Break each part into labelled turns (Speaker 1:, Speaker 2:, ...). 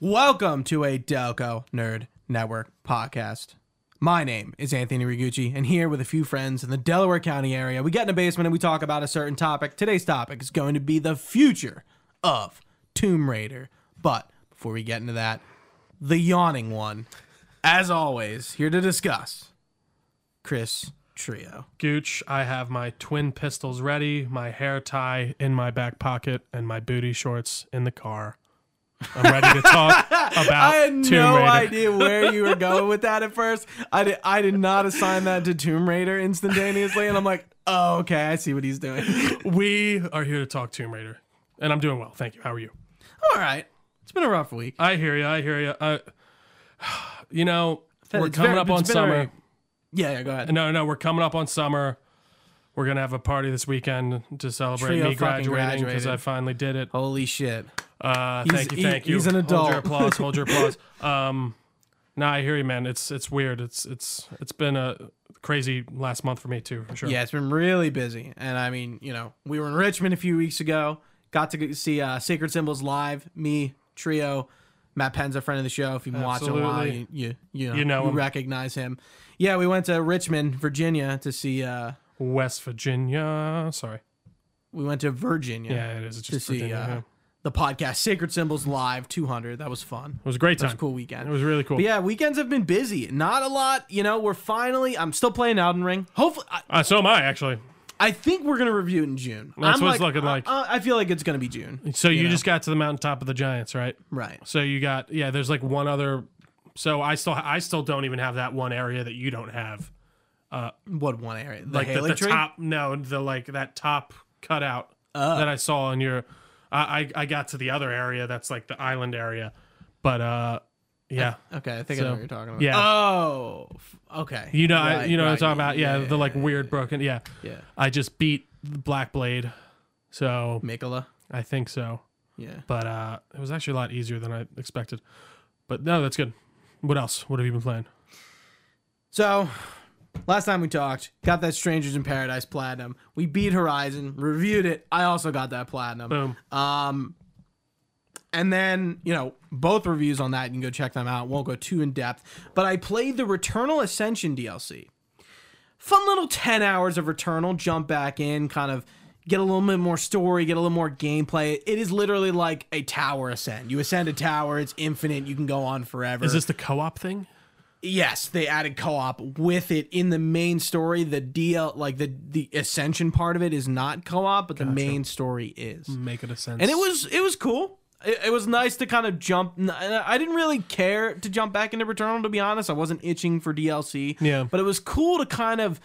Speaker 1: Welcome to a Delco Nerd Network podcast. My name is Anthony Rigucci, and here with a few friends in the Delaware County area, we get in a basement and we talk about a certain topic. Today's topic is going to be the future of Tomb Raider. But before we get into that, the yawning one, as always, here to discuss Chris Trio.
Speaker 2: Gooch, I have my twin pistols ready, my hair tie in my back pocket, and my booty shorts in the car. I'm ready to talk about
Speaker 1: I had
Speaker 2: Tomb
Speaker 1: no
Speaker 2: Raider.
Speaker 1: idea where you were going with that at first. I did, I did not assign that to Tomb Raider instantaneously, and I'm like, oh, okay, I see what he's doing.
Speaker 2: We are here to talk Tomb Raider, and I'm doing well. Thank you. How are you?
Speaker 1: All right, it's been a rough week.
Speaker 2: I hear you. I hear you. I, you know, we're
Speaker 1: It's
Speaker 2: coming
Speaker 1: very-
Speaker 2: up on
Speaker 1: it's been
Speaker 2: summer.
Speaker 1: very- Yeah, yeah, go ahead.
Speaker 2: No, no, we're coming up on summer. We're gonna have a party this weekend to celebrate
Speaker 1: Trio
Speaker 2: me
Speaker 1: fucking
Speaker 2: graduating because
Speaker 1: graduated.
Speaker 2: I finally did it.
Speaker 1: Holy shit!
Speaker 2: Uh,
Speaker 1: He's-
Speaker 2: thank you,
Speaker 1: he-
Speaker 2: thank you.
Speaker 1: he's an
Speaker 2: Hold
Speaker 1: adult.
Speaker 2: your applause. Hold your applause. Um, nah, I hear you, man. It's it's weird. It's it's it's been a crazy last month for me too, for sure.
Speaker 1: Yeah, it's been really busy, and I mean, you know, we were in Richmond a few weeks ago. Got to go- see uh, Sacred Symbols live. Me, Trio, Matt Penn's a friend of the show. If you've been watching a while, you
Speaker 2: Absolutely.
Speaker 1: you you know,
Speaker 2: You know him.
Speaker 1: recognize him. Yeah, we went to Richmond, Virginia, to see. Uh,
Speaker 2: West Virginia. Sorry.
Speaker 1: we went to Virginia.
Speaker 2: Yeah, it is. It's
Speaker 1: to
Speaker 2: just
Speaker 1: see
Speaker 2: Virginia.
Speaker 1: uh,
Speaker 2: yeah.
Speaker 1: the podcast Sacred Symbols Live 200. That was fun.
Speaker 2: It was a great
Speaker 1: That was
Speaker 2: time.
Speaker 1: a cool weekend.
Speaker 2: It was really cool.
Speaker 1: But yeah, weekends have been busy. Not a lot. You know, we're finally. I'm still playing Elden Ring. Hopefully, I,
Speaker 2: Uh, so am I actually.
Speaker 1: I think we're gonna review it in June.
Speaker 2: That's
Speaker 1: I'm
Speaker 2: what it's looking like.
Speaker 1: Uh, I feel like it's gonna be June.
Speaker 2: So you, just got to the mountaintop of the Giants, right?
Speaker 1: Right.
Speaker 2: So you got yeah. There's like one other. So I still I still don't even have that one area that you don't have.
Speaker 1: What one area? The
Speaker 2: like the,
Speaker 1: Haley
Speaker 2: the
Speaker 1: tree.
Speaker 2: top no the like that top cutout
Speaker 1: Oh.
Speaker 2: that i saw in your I, I i got to the other area that's like the island area but uh yeah
Speaker 1: Okay, I think I know
Speaker 2: So,
Speaker 1: what you're talking about.
Speaker 2: yeah.
Speaker 1: Oh. f- Okay.
Speaker 2: you know I,
Speaker 1: Right,
Speaker 2: you know
Speaker 1: right,
Speaker 2: what i'm talking about yeah, the like
Speaker 1: yeah,
Speaker 2: weird broken yeah
Speaker 1: yeah.
Speaker 2: i just beat black blade so
Speaker 1: Mikola.
Speaker 2: i think so
Speaker 1: Yeah.
Speaker 2: but uh it was actually a lot easier than i expected but no that's good what else what have you been playing
Speaker 1: So, last time we talked, got that Strangers in Paradise platinum. We beat Horizon, reviewed it. I also got that platinum.
Speaker 2: boom
Speaker 1: Um, and then you know both reviews on that. You can go check them out. Won't go too in depth, but I played the Returnal Ascension DLC. Fun little ten hours of Returnal. Jump back in, kind of get a little bit more story, get a little more gameplay. It is literally like a tower ascend. You ascend a tower. It's infinite. You can go on forever.
Speaker 2: is this the co-op thing
Speaker 1: Yes, they added co-op with it in the main story. The DL, like the the ascension part of it, is not co-op, but the main story is.
Speaker 2: make it a sense
Speaker 1: And it was it was cool. It, it was nice to kind of jump. n- I didn't really care to jump back into Returnal to be honest. I wasn't itching for DLC.
Speaker 2: Yeah.
Speaker 1: but it was cool to kind of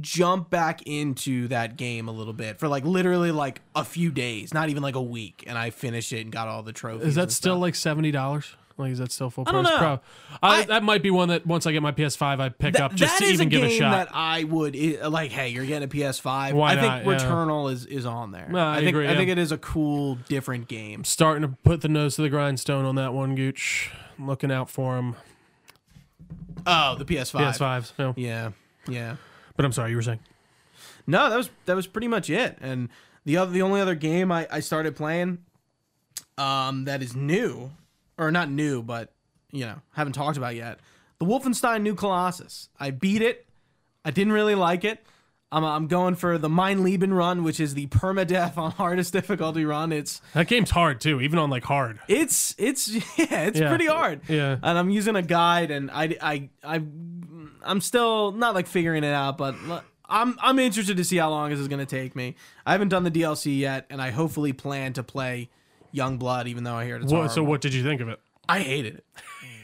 Speaker 1: jump back into that game a little bit for like literally like a few days, not even like a week. And I finished it and got all the trophies.
Speaker 2: Is that
Speaker 1: and
Speaker 2: still like seventy dollars? Like, is that still full price?
Speaker 1: don't know.
Speaker 2: Pro- I, that might be one that once I get my PS5, I pick up just
Speaker 1: That
Speaker 2: to
Speaker 1: is
Speaker 2: even
Speaker 1: a
Speaker 2: give
Speaker 1: game
Speaker 2: a shot.
Speaker 1: that I would i- like. Hey, you're getting a PS5.
Speaker 2: Why
Speaker 1: I think
Speaker 2: not? Yeah.
Speaker 1: Returnal is is on there.
Speaker 2: No, I
Speaker 1: think
Speaker 2: agree,
Speaker 1: I
Speaker 2: yeah.
Speaker 1: think it is a cool, different game.
Speaker 2: Starting to put the nose to the grindstone on that one, Gooch. I'm looking out for him.
Speaker 1: Oh, the PS5.
Speaker 2: PS5s. No,
Speaker 1: Yeah, yeah.
Speaker 2: but I'm sorry, you were saying.
Speaker 1: No, that was that was pretty much it. And the other, the only other game I, I started playing, um, that is new, or not new, but you know, haven't talked about yet. The Wolfenstein New Colossus. I beat it. I didn't really like it. I'm, I'm going for the Mein Leben run, which is the permadeath on hardest difficulty run. It's
Speaker 2: That game's hard too, even on like hard.
Speaker 1: it's it's yeah, it's
Speaker 2: Yeah.
Speaker 1: pretty hard.
Speaker 2: Yeah.
Speaker 1: And I'm using a guide, and I I I I'm still not like figuring it out, but l- I'm I'm interested to see how long this is gonna take me. I haven't done the DLC yet, and I hopefully plan to play Youngblood, even though I hear it's
Speaker 2: What,
Speaker 1: horrible.
Speaker 2: so what did you think of it?
Speaker 1: I hated it.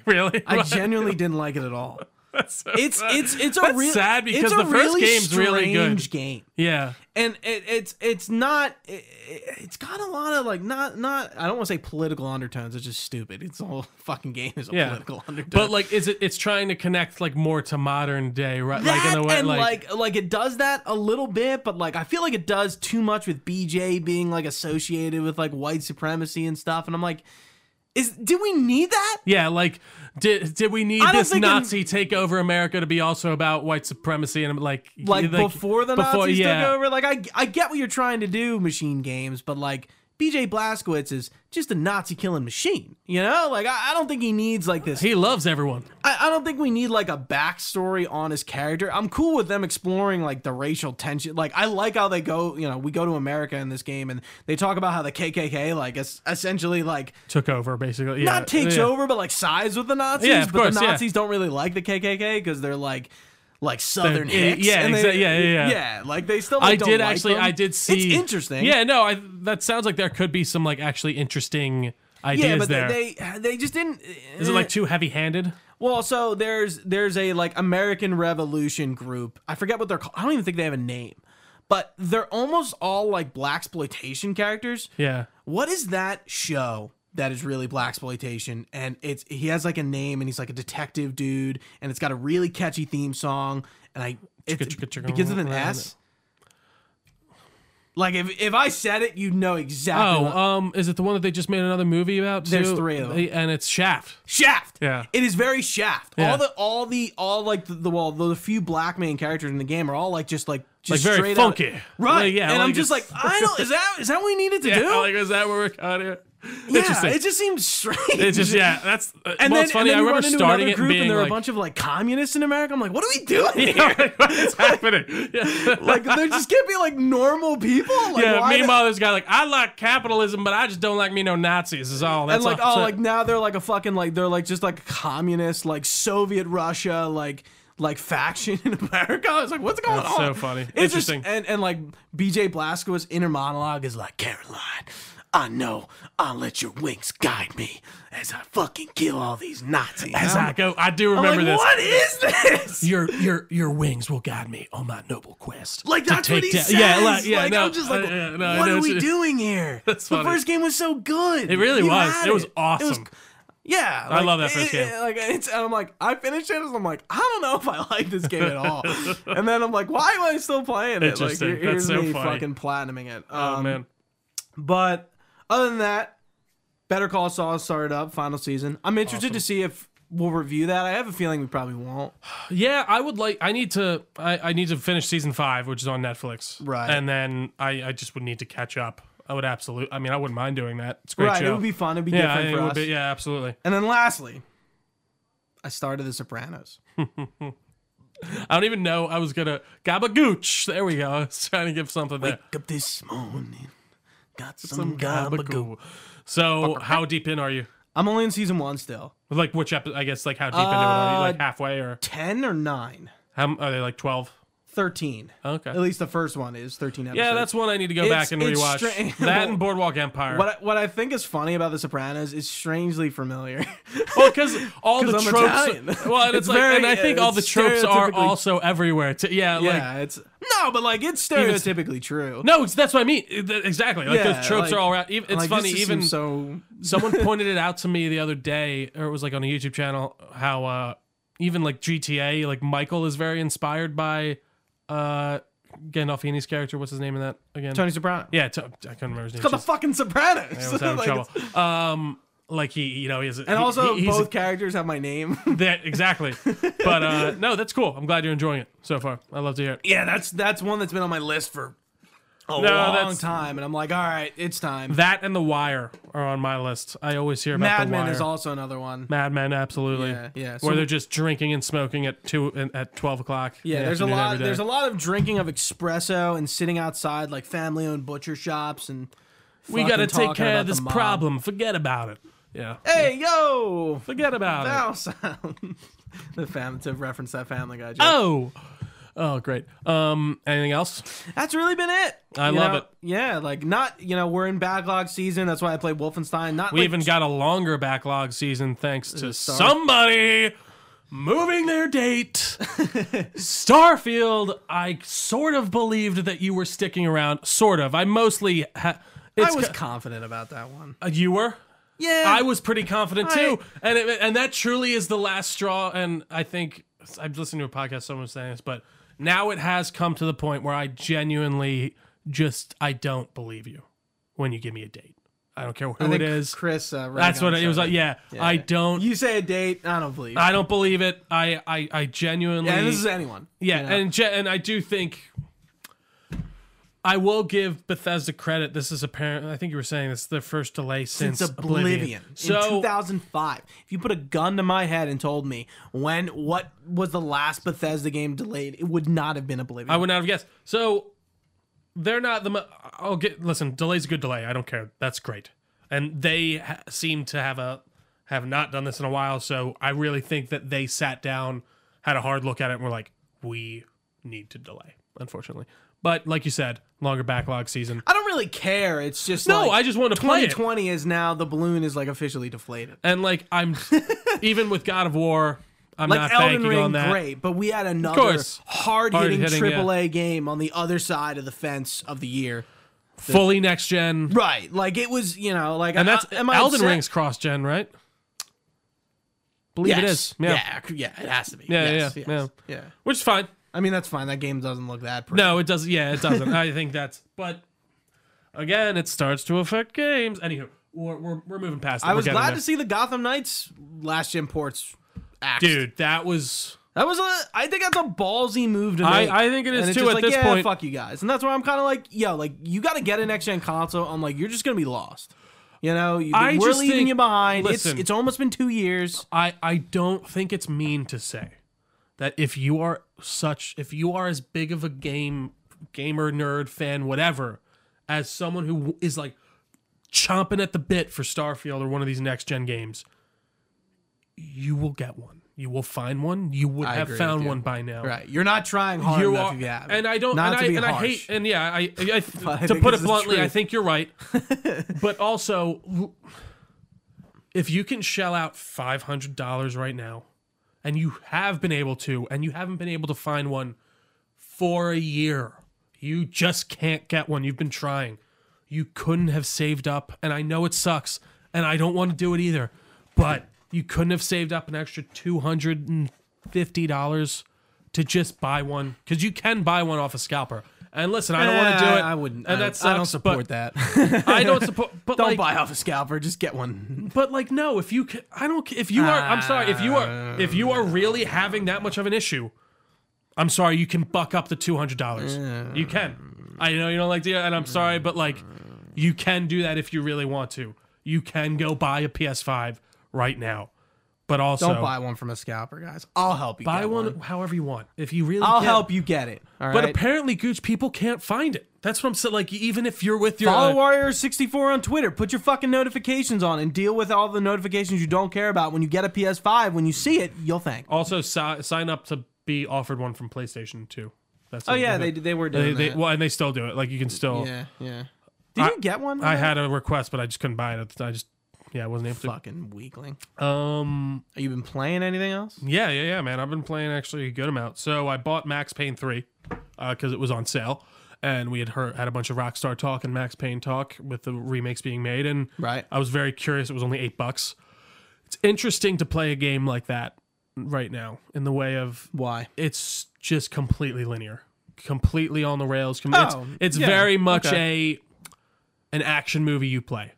Speaker 2: Really?
Speaker 1: I genuinely didn't like it at all.
Speaker 2: That's so
Speaker 1: It's
Speaker 2: sad.
Speaker 1: it's it's a
Speaker 2: That's
Speaker 1: real
Speaker 2: sad
Speaker 1: it's
Speaker 2: because
Speaker 1: a
Speaker 2: the first
Speaker 1: really
Speaker 2: game's really good.
Speaker 1: strange game
Speaker 2: yeah.
Speaker 1: and it, it's it's not it, it's got a lot of like not not I don't want to say political undertones. It's just stupid. It's the whole fucking game is a
Speaker 2: Yeah.
Speaker 1: political undertone.
Speaker 2: But like, is it? It's trying to connect like more to modern day, right?
Speaker 1: that
Speaker 2: like in a way,
Speaker 1: and like, like it does that a little bit, but like I feel like it does too much with BJ being like associated with like white supremacy and stuff. And I'm like, is do we need that?
Speaker 2: Yeah, like did did we need
Speaker 1: I don't
Speaker 2: this
Speaker 1: think in-
Speaker 2: Nazi take over America to be also about white supremacy and like
Speaker 1: Like, before the Nazis
Speaker 2: yeah,
Speaker 1: took over. Like I I get what you're trying to do, machine games, but like BJ Blazkowicz is just a Nazi killing machine. You know, like I, I don't think he needs like this.
Speaker 2: He loves everyone.
Speaker 1: I, I don't think we need like a backstory on his character. I'm cool with them exploring like the racial tension. Like I like how they go. You know, we go to America in this game, and they talk about how the KKK like es- essentially like
Speaker 2: Took over basically. Yeah.
Speaker 1: not takes
Speaker 2: yeah.
Speaker 1: over, but like sides with the Nazis.
Speaker 2: Yeah, of
Speaker 1: but
Speaker 2: course,
Speaker 1: the
Speaker 2: yeah.
Speaker 1: Nazis don't really like the KKK because they're like like Southern
Speaker 2: They're-
Speaker 1: hicks.
Speaker 2: yeah,
Speaker 1: and they-
Speaker 2: exa- yeah, yeah, yeah.
Speaker 1: Like they still. Like,
Speaker 2: I
Speaker 1: don't
Speaker 2: did
Speaker 1: like
Speaker 2: actually.
Speaker 1: them.
Speaker 2: I did see.
Speaker 1: It's interesting.
Speaker 2: Yeah, no, I, that sounds like there could be some like actually interesting ideas
Speaker 1: yeah, but
Speaker 2: there. Is
Speaker 1: they eh. they- they just didn't.
Speaker 2: it like too heavy-handed?
Speaker 1: Well, so there's there's a like American Revolution group. I forget what they're called. I don't even think they have a name, but they're almost all like black exploitation characters.
Speaker 2: Yeah.
Speaker 1: What is that show that is really black exploitation? And it's he has like a name, and he's like a detective dude, and it's got a really catchy theme song, and I it
Speaker 2: Chicka, chicka, chicka,
Speaker 1: begins with an
Speaker 2: around
Speaker 1: S. Like if if I said it, you'd know exactly.
Speaker 2: Oh,
Speaker 1: what-
Speaker 2: um, is it the one that they just made another movie about?
Speaker 1: There's
Speaker 2: too?
Speaker 1: three of them.
Speaker 2: They- and it's Shaft.
Speaker 1: Shaft.
Speaker 2: Yeah.
Speaker 1: It is very Shaft.
Speaker 2: Yeah.
Speaker 1: All the all the all like the, the well the few black main characters in the game are all like just like
Speaker 2: Like
Speaker 1: just
Speaker 2: very
Speaker 1: straight
Speaker 2: funky.
Speaker 1: Out, right.
Speaker 2: Like, yeah,
Speaker 1: And I'm
Speaker 2: like
Speaker 1: just like
Speaker 2: it's-
Speaker 1: I don't is that is that what we needed to
Speaker 2: Yeah,
Speaker 1: do?
Speaker 2: like is that where we're caught here?
Speaker 1: yeah.
Speaker 2: Interesting.
Speaker 1: It just seems strange.
Speaker 2: It's just yeah, that's uh,
Speaker 1: And
Speaker 2: well,
Speaker 1: then,
Speaker 2: it's funny.
Speaker 1: and then
Speaker 2: I
Speaker 1: you
Speaker 2: remember
Speaker 1: run into
Speaker 2: starting
Speaker 1: another
Speaker 2: it
Speaker 1: group
Speaker 2: and being
Speaker 1: and there are
Speaker 2: like,
Speaker 1: a bunch of like communists in America. I'm like, what are we doing here?
Speaker 2: what's happening? Yeah.
Speaker 1: like there just can't be like normal people. Like,
Speaker 2: yeah.
Speaker 1: why the-
Speaker 2: Meanwhile, this guy like, I like capitalism, but I just don't like me no Nazis. Is all. That's
Speaker 1: and like
Speaker 2: all.
Speaker 1: oh like now they're like a fucking like they're like just like communist like Soviet Russia like like faction in America. I was like, what's going
Speaker 2: That's
Speaker 1: on?
Speaker 2: so funny.
Speaker 1: It's just-
Speaker 2: Interesting.
Speaker 1: and and like BJ Blazkowicz's inner monologue is like Caroline. I know I'll let your wings guide me as I fucking kill all these Nazis.
Speaker 2: as
Speaker 1: I'm-
Speaker 2: I go, "Oh, I do
Speaker 1: I'm
Speaker 2: remember
Speaker 1: like,
Speaker 2: this.
Speaker 1: What is this?
Speaker 2: Your your your wings will guide me on my noble quest.
Speaker 1: Like that's what he
Speaker 2: down-
Speaker 1: says.
Speaker 2: Yeah, like, yeah. no,
Speaker 1: I'm just like,
Speaker 2: uh, yeah, no, I
Speaker 1: what
Speaker 2: know
Speaker 1: are
Speaker 2: what
Speaker 1: we
Speaker 2: you-
Speaker 1: doing here?
Speaker 2: That's
Speaker 1: the
Speaker 2: funny.
Speaker 1: first game was so good.
Speaker 2: It really
Speaker 1: You
Speaker 2: was.
Speaker 1: had
Speaker 2: It was awesome.
Speaker 1: yeah,
Speaker 2: I love that first
Speaker 1: it- it-
Speaker 2: game.
Speaker 1: like it's, and I'm like, I finished it, and I'm like, I don't know if I like this game at all. and then I'm like, why am I still playing it? Like,
Speaker 2: Interesting.
Speaker 1: here- here's
Speaker 2: That's so
Speaker 1: me
Speaker 2: funny.
Speaker 1: fucking platinuming it.
Speaker 2: oh
Speaker 1: Um,
Speaker 2: man,
Speaker 1: But other than that, Better Call Saul started up final season. I'm interested to see if we'll review that. I have a feeling we probably won't.
Speaker 2: yeah. I would like. I need to. I, I need to finish season five, which is on Netflix.
Speaker 1: Right.
Speaker 2: And then I I just would need to catch up. I would absolutely. I mean, I wouldn't mind doing that. It's a great
Speaker 1: right?
Speaker 2: show.
Speaker 1: It would be fun. It'd be
Speaker 2: yeah, I
Speaker 1: different
Speaker 2: think
Speaker 1: for
Speaker 2: it would
Speaker 1: us.
Speaker 2: be. Yeah, absolutely.
Speaker 1: And then lastly, I started The Sopranos.
Speaker 2: I don't even know. I was gonna gabagooch. There we go. I was trying to give something there.
Speaker 1: Wake up this morning, got some, gabagoo.
Speaker 2: Gabagoo. So how deep in are you?
Speaker 1: I'm only in season one still.
Speaker 2: Like which episode? I guess like how deep into it are
Speaker 1: Uh,
Speaker 2: you? Like halfway or
Speaker 1: Ten or nine?
Speaker 2: how are they? Like twelve?
Speaker 1: Thirteen.
Speaker 2: Okay.
Speaker 1: At least the first one is 13 episodes.
Speaker 2: Yeah, that's one I need to go
Speaker 1: It's-
Speaker 2: back and
Speaker 1: it's
Speaker 2: rewatch.
Speaker 1: stra-
Speaker 2: that and Boardwalk Empire.
Speaker 1: what I, what I think is funny about The Sopranos is strangely familiar.
Speaker 2: well, because all the
Speaker 1: 'Cause I'm
Speaker 2: tropes.
Speaker 1: Italian.
Speaker 2: Well, and it's,
Speaker 1: It's
Speaker 2: like,
Speaker 1: very-
Speaker 2: and I think all the
Speaker 1: it's
Speaker 2: tropes are
Speaker 1: stereotypically-
Speaker 2: also everywhere. too. yeah, like
Speaker 1: yeah, it's no, but like it's stereotypically true.
Speaker 2: no, it's, that's what I mean. It- that- Exactly, like
Speaker 1: Yeah,
Speaker 2: those tropes
Speaker 1: like-
Speaker 2: are all around. Even, it's
Speaker 1: Like, this
Speaker 2: funny,
Speaker 1: just
Speaker 2: even
Speaker 1: seems so.
Speaker 2: someone pointed it out to me the other day, or it was like on a YouTube channel how uh, even like GTA, like Michael is very inspired by uh, Gandolfini's character. What's his name in that again?
Speaker 1: Tony Soprano.
Speaker 2: Yeah, to, I couldn't remember his name.
Speaker 1: It's called the fucking Sopranos.
Speaker 2: I was having
Speaker 1: Like, it's-
Speaker 2: trouble. Um, like he, you know, he has,
Speaker 1: and also,
Speaker 2: he, he's
Speaker 1: both characters have my name.
Speaker 2: that exactly. But uh, no, that's cool. I'm glad you're enjoying it so far. I love to hear it.
Speaker 1: yeah, that's that's one that's been on my list for a long
Speaker 2: that's-
Speaker 1: time, and I'm like, all right, it's time.
Speaker 2: That and The Wire are on my list. I always hear about
Speaker 1: Mad
Speaker 2: The
Speaker 1: Men
Speaker 2: Wire.
Speaker 1: is also another one.
Speaker 2: Mad Men, absolutely.
Speaker 1: Yeah, yeah. So-
Speaker 2: Where they're just drinking and smoking at two at twelve o'clock. in
Speaker 1: Yeah,
Speaker 2: the
Speaker 1: there's a
Speaker 2: afternoon
Speaker 1: lot.
Speaker 2: every day.
Speaker 1: There's a lot of drinking of espresso and sitting outside like family-owned butcher shops and.
Speaker 2: we gotta
Speaker 1: fucking talking
Speaker 2: take care
Speaker 1: about
Speaker 2: of
Speaker 1: the
Speaker 2: this
Speaker 1: mob.
Speaker 2: problem. Forget about it. Yeah.
Speaker 1: Hey yo,
Speaker 2: Forget about it.
Speaker 1: foul sound. the fam to reference that Family Guy. Joke.
Speaker 2: Oh. Oh, great. Um, anything else?
Speaker 1: That's really been it.
Speaker 2: I
Speaker 1: You
Speaker 2: love
Speaker 1: know?
Speaker 2: it.
Speaker 1: Yeah, like not you know we're in backlog season. That's why I played Wolfenstein. Not
Speaker 2: We
Speaker 1: like,
Speaker 2: even got a longer backlog season thanks to
Speaker 1: Star-
Speaker 2: somebody moving their date. Starfield, I sort of believed that you were sticking around. Sort of. I mostly. Ha-
Speaker 1: I
Speaker 2: it's
Speaker 1: was
Speaker 2: co-
Speaker 1: confident about that one.
Speaker 2: uh, you were.
Speaker 1: Yeah,
Speaker 2: I was pretty confident too,
Speaker 1: I-
Speaker 2: and it, and that truly is the last straw. And I think I've listened to a podcast. Someone was saying this, but now it has come to the point where I genuinely just I don't believe you when you give me a date. I don't care who
Speaker 1: I
Speaker 2: it
Speaker 1: think
Speaker 2: is.
Speaker 1: Chris. Uh,
Speaker 2: That's what
Speaker 1: Radagon
Speaker 2: it, it was
Speaker 1: said
Speaker 2: like. Yeah, I don't.
Speaker 1: You say a date, I don't believe.
Speaker 2: I don't believe it. I I, I genuinely
Speaker 1: and this is anyone.
Speaker 2: yeah,
Speaker 1: you know?
Speaker 2: and ge- and I do think I will give Bethesda credit. This is apparent. I think you were saying this is their first delay since,
Speaker 1: It's Oblivion, in
Speaker 2: So
Speaker 1: 2005. If you put a gun to my head and told me when what was the last Bethesda game delayed, it would not have been Oblivion.
Speaker 2: I would not have guessed. So they're not the. Mo- I'll get. Listen, delay's a good delay. I don't care. That's great. And they ha- seem to have a have not done this in a while. So I really think that they sat down, had a hard look at it, and were like, we need to delay. Unfortunately, but like you said, longer backlog season.
Speaker 1: I don't really care. It's just
Speaker 2: No,
Speaker 1: like,
Speaker 2: I just wanted to play it.
Speaker 1: 2020 is now the balloon is like officially deflated.
Speaker 2: And like I'm, even with God of War, I'm
Speaker 1: Like
Speaker 2: not
Speaker 1: Elden
Speaker 2: banking on
Speaker 1: Ring,
Speaker 2: that.
Speaker 1: great, but we had another
Speaker 2: course.
Speaker 1: hard hitting
Speaker 2: Hard-hitting, yeah.
Speaker 1: AAA game on the other side of the fence of the year.
Speaker 2: Fully next gen,
Speaker 1: Right, like it was, you know, like
Speaker 2: and
Speaker 1: I-
Speaker 2: that's
Speaker 1: Uh, am I
Speaker 2: Elden
Speaker 1: upset?
Speaker 2: Ring's cross gen, right? Believe it
Speaker 1: Yes.
Speaker 2: is. Yeah.
Speaker 1: yeah, yeah, it has to be.
Speaker 2: Yeah,
Speaker 1: yes,
Speaker 2: yeah,
Speaker 1: yes,
Speaker 2: yeah.
Speaker 1: yeah.
Speaker 2: which is fine.
Speaker 1: I mean, that's fine. That game doesn't look that pretty.
Speaker 2: No, it doesn't. Yeah, it doesn't. I think that's. But again, it starts to affect games. Anywho, we're we're, we're moving past. It.
Speaker 1: I
Speaker 2: We're
Speaker 1: was
Speaker 2: getting
Speaker 1: glad
Speaker 2: there.
Speaker 1: to see the Gotham Knights last gen ports. Axed.
Speaker 2: dude. That was.
Speaker 1: that was a. I think that's a ballsy move to
Speaker 2: I-
Speaker 1: make.
Speaker 2: I think it is
Speaker 1: and it's
Speaker 2: too
Speaker 1: just
Speaker 2: at
Speaker 1: like,
Speaker 2: this
Speaker 1: yeah,
Speaker 2: point.
Speaker 1: Fuck you guys, and that's why I'm kind of like, yo, like you got to get an next gen console. I'm like, you're just gonna be lost. You know, you,
Speaker 2: I
Speaker 1: we're
Speaker 2: just
Speaker 1: leaving
Speaker 2: think-
Speaker 1: you behind.
Speaker 2: listen.
Speaker 1: it's it's almost been two years.
Speaker 2: I I don't think it's mean to say that if you are such if you are as big of a game gamer nerd fan whatever as someone who is like chomping at the bit for Starfield or one of these next gen games, you will get one. You will find one. You would
Speaker 1: I
Speaker 2: have
Speaker 1: agree with
Speaker 2: found
Speaker 1: you.
Speaker 2: one by now.
Speaker 1: Right, you're not trying hard
Speaker 2: you
Speaker 1: enough
Speaker 2: are,
Speaker 1: if you have.
Speaker 2: and I don't,
Speaker 1: Not
Speaker 2: and,
Speaker 1: to
Speaker 2: I,
Speaker 1: be
Speaker 2: and I
Speaker 1: harsh.
Speaker 2: hate, and yeah, I, I, I-
Speaker 1: I
Speaker 2: to
Speaker 1: think
Speaker 2: put
Speaker 1: this
Speaker 2: it
Speaker 1: is
Speaker 2: bluntly, I
Speaker 1: true.
Speaker 2: think you're right. but also, l- if you can shell out five hundred dollars right now, and you have been able to, and you haven't been able to find one for a year, you just can't get one. You've been trying, you couldn't have saved up, and I know it sucks, and I don't want to do it either, but you couldn't have saved up an extra two hundred and fifty dollars to just buy one because you can buy one off a scalper. And listen, I don't want to do
Speaker 1: Eh,
Speaker 2: it.
Speaker 1: I wouldn't.
Speaker 2: And
Speaker 1: I,
Speaker 2: that
Speaker 1: don't- I don't
Speaker 2: sucks, but-
Speaker 1: support that.
Speaker 2: I don't support. But
Speaker 1: don't
Speaker 2: like,
Speaker 1: buy off a scalper. Just get one.
Speaker 2: but like, no. If you, ca- I don't. ca- If you are, I'm sorry. If you are, if you are really having that much of an issue, I'm sorry. You can buck up the two hundred dollars. You can. I know you don't like the, and I'm sorry, but like, you can do that if you really want to. You can go buy a PS5 right now, but also
Speaker 1: Don't buy one from a scalper, guys. I'll help you.
Speaker 2: buy
Speaker 1: get
Speaker 2: one, however you want. If you really,
Speaker 1: I'll
Speaker 2: can.
Speaker 1: help you get it. All
Speaker 2: But
Speaker 1: right?
Speaker 2: apparently, Gooch, people can't find it. That's what I'm saying. Like, even if you're with your
Speaker 1: Follow
Speaker 2: uh,
Speaker 1: Warrior sixty four on Twitter. Put your fucking notifications on and deal with all the notifications you don't care about. When you get a PS five, when you see it, you'll thank.
Speaker 2: also si- sign up to be offered one from PlayStation 2. That's
Speaker 1: Oh yeah, they they were
Speaker 2: they,
Speaker 1: doing
Speaker 2: they
Speaker 1: that.
Speaker 2: well, and they still do it. Like you can still.
Speaker 1: yeah, yeah. Did you get one?
Speaker 2: I had a request, but I just couldn't buy it. at the time. I just yeah, I wasn't able
Speaker 1: fucking weakling.
Speaker 2: to. Um,
Speaker 1: Have you been playing anything else?
Speaker 2: yeah, yeah, yeah, man. I've been playing actually a good amount. So I bought Max Payne three because it was on sale, and we had heard had a bunch of Rockstar talk and Max Payne talk with the remakes being made, and
Speaker 1: Right.
Speaker 2: I was very curious. It was only eight bucks. It's interesting to play a game like that right now in the way of
Speaker 1: Why?
Speaker 2: it's just completely linear, completely on the rails. Com- it's-
Speaker 1: Oh,
Speaker 2: it's
Speaker 1: yeah,
Speaker 2: very much a an action movie you play,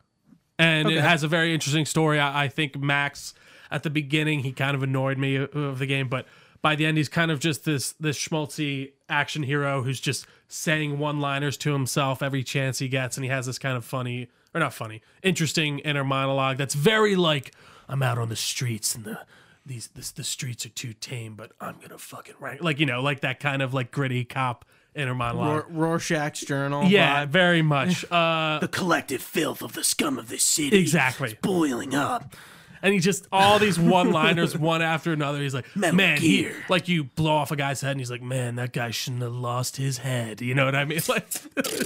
Speaker 2: and it has a very interesting story. I, I think Max at the beginning he kind of annoyed me of- of the game, but by the end he's kind of just this this schmaltzy action hero who's just saying one liners to himself every chance he gets, and he has this kind of funny or not funny, interesting inner monologue that's very like I'm out on the streets and the these this the streets are too tame, but I'm gonna fucking rank like you know like that kind of like gritty cop inner monologue.
Speaker 1: R- Rorschach's journal.
Speaker 2: yeah,
Speaker 1: vibe?
Speaker 2: very much. Uh,
Speaker 1: The collective filth of the scum of this city.
Speaker 2: exactly.
Speaker 1: Boiling up.
Speaker 2: And he just all these one liners one after another. He's like,
Speaker 1: Metal
Speaker 2: man, he-"
Speaker 1: Gear.
Speaker 2: like you blow off a guy's head, and he's like, man, that guy shouldn't have lost his head. You know what I mean?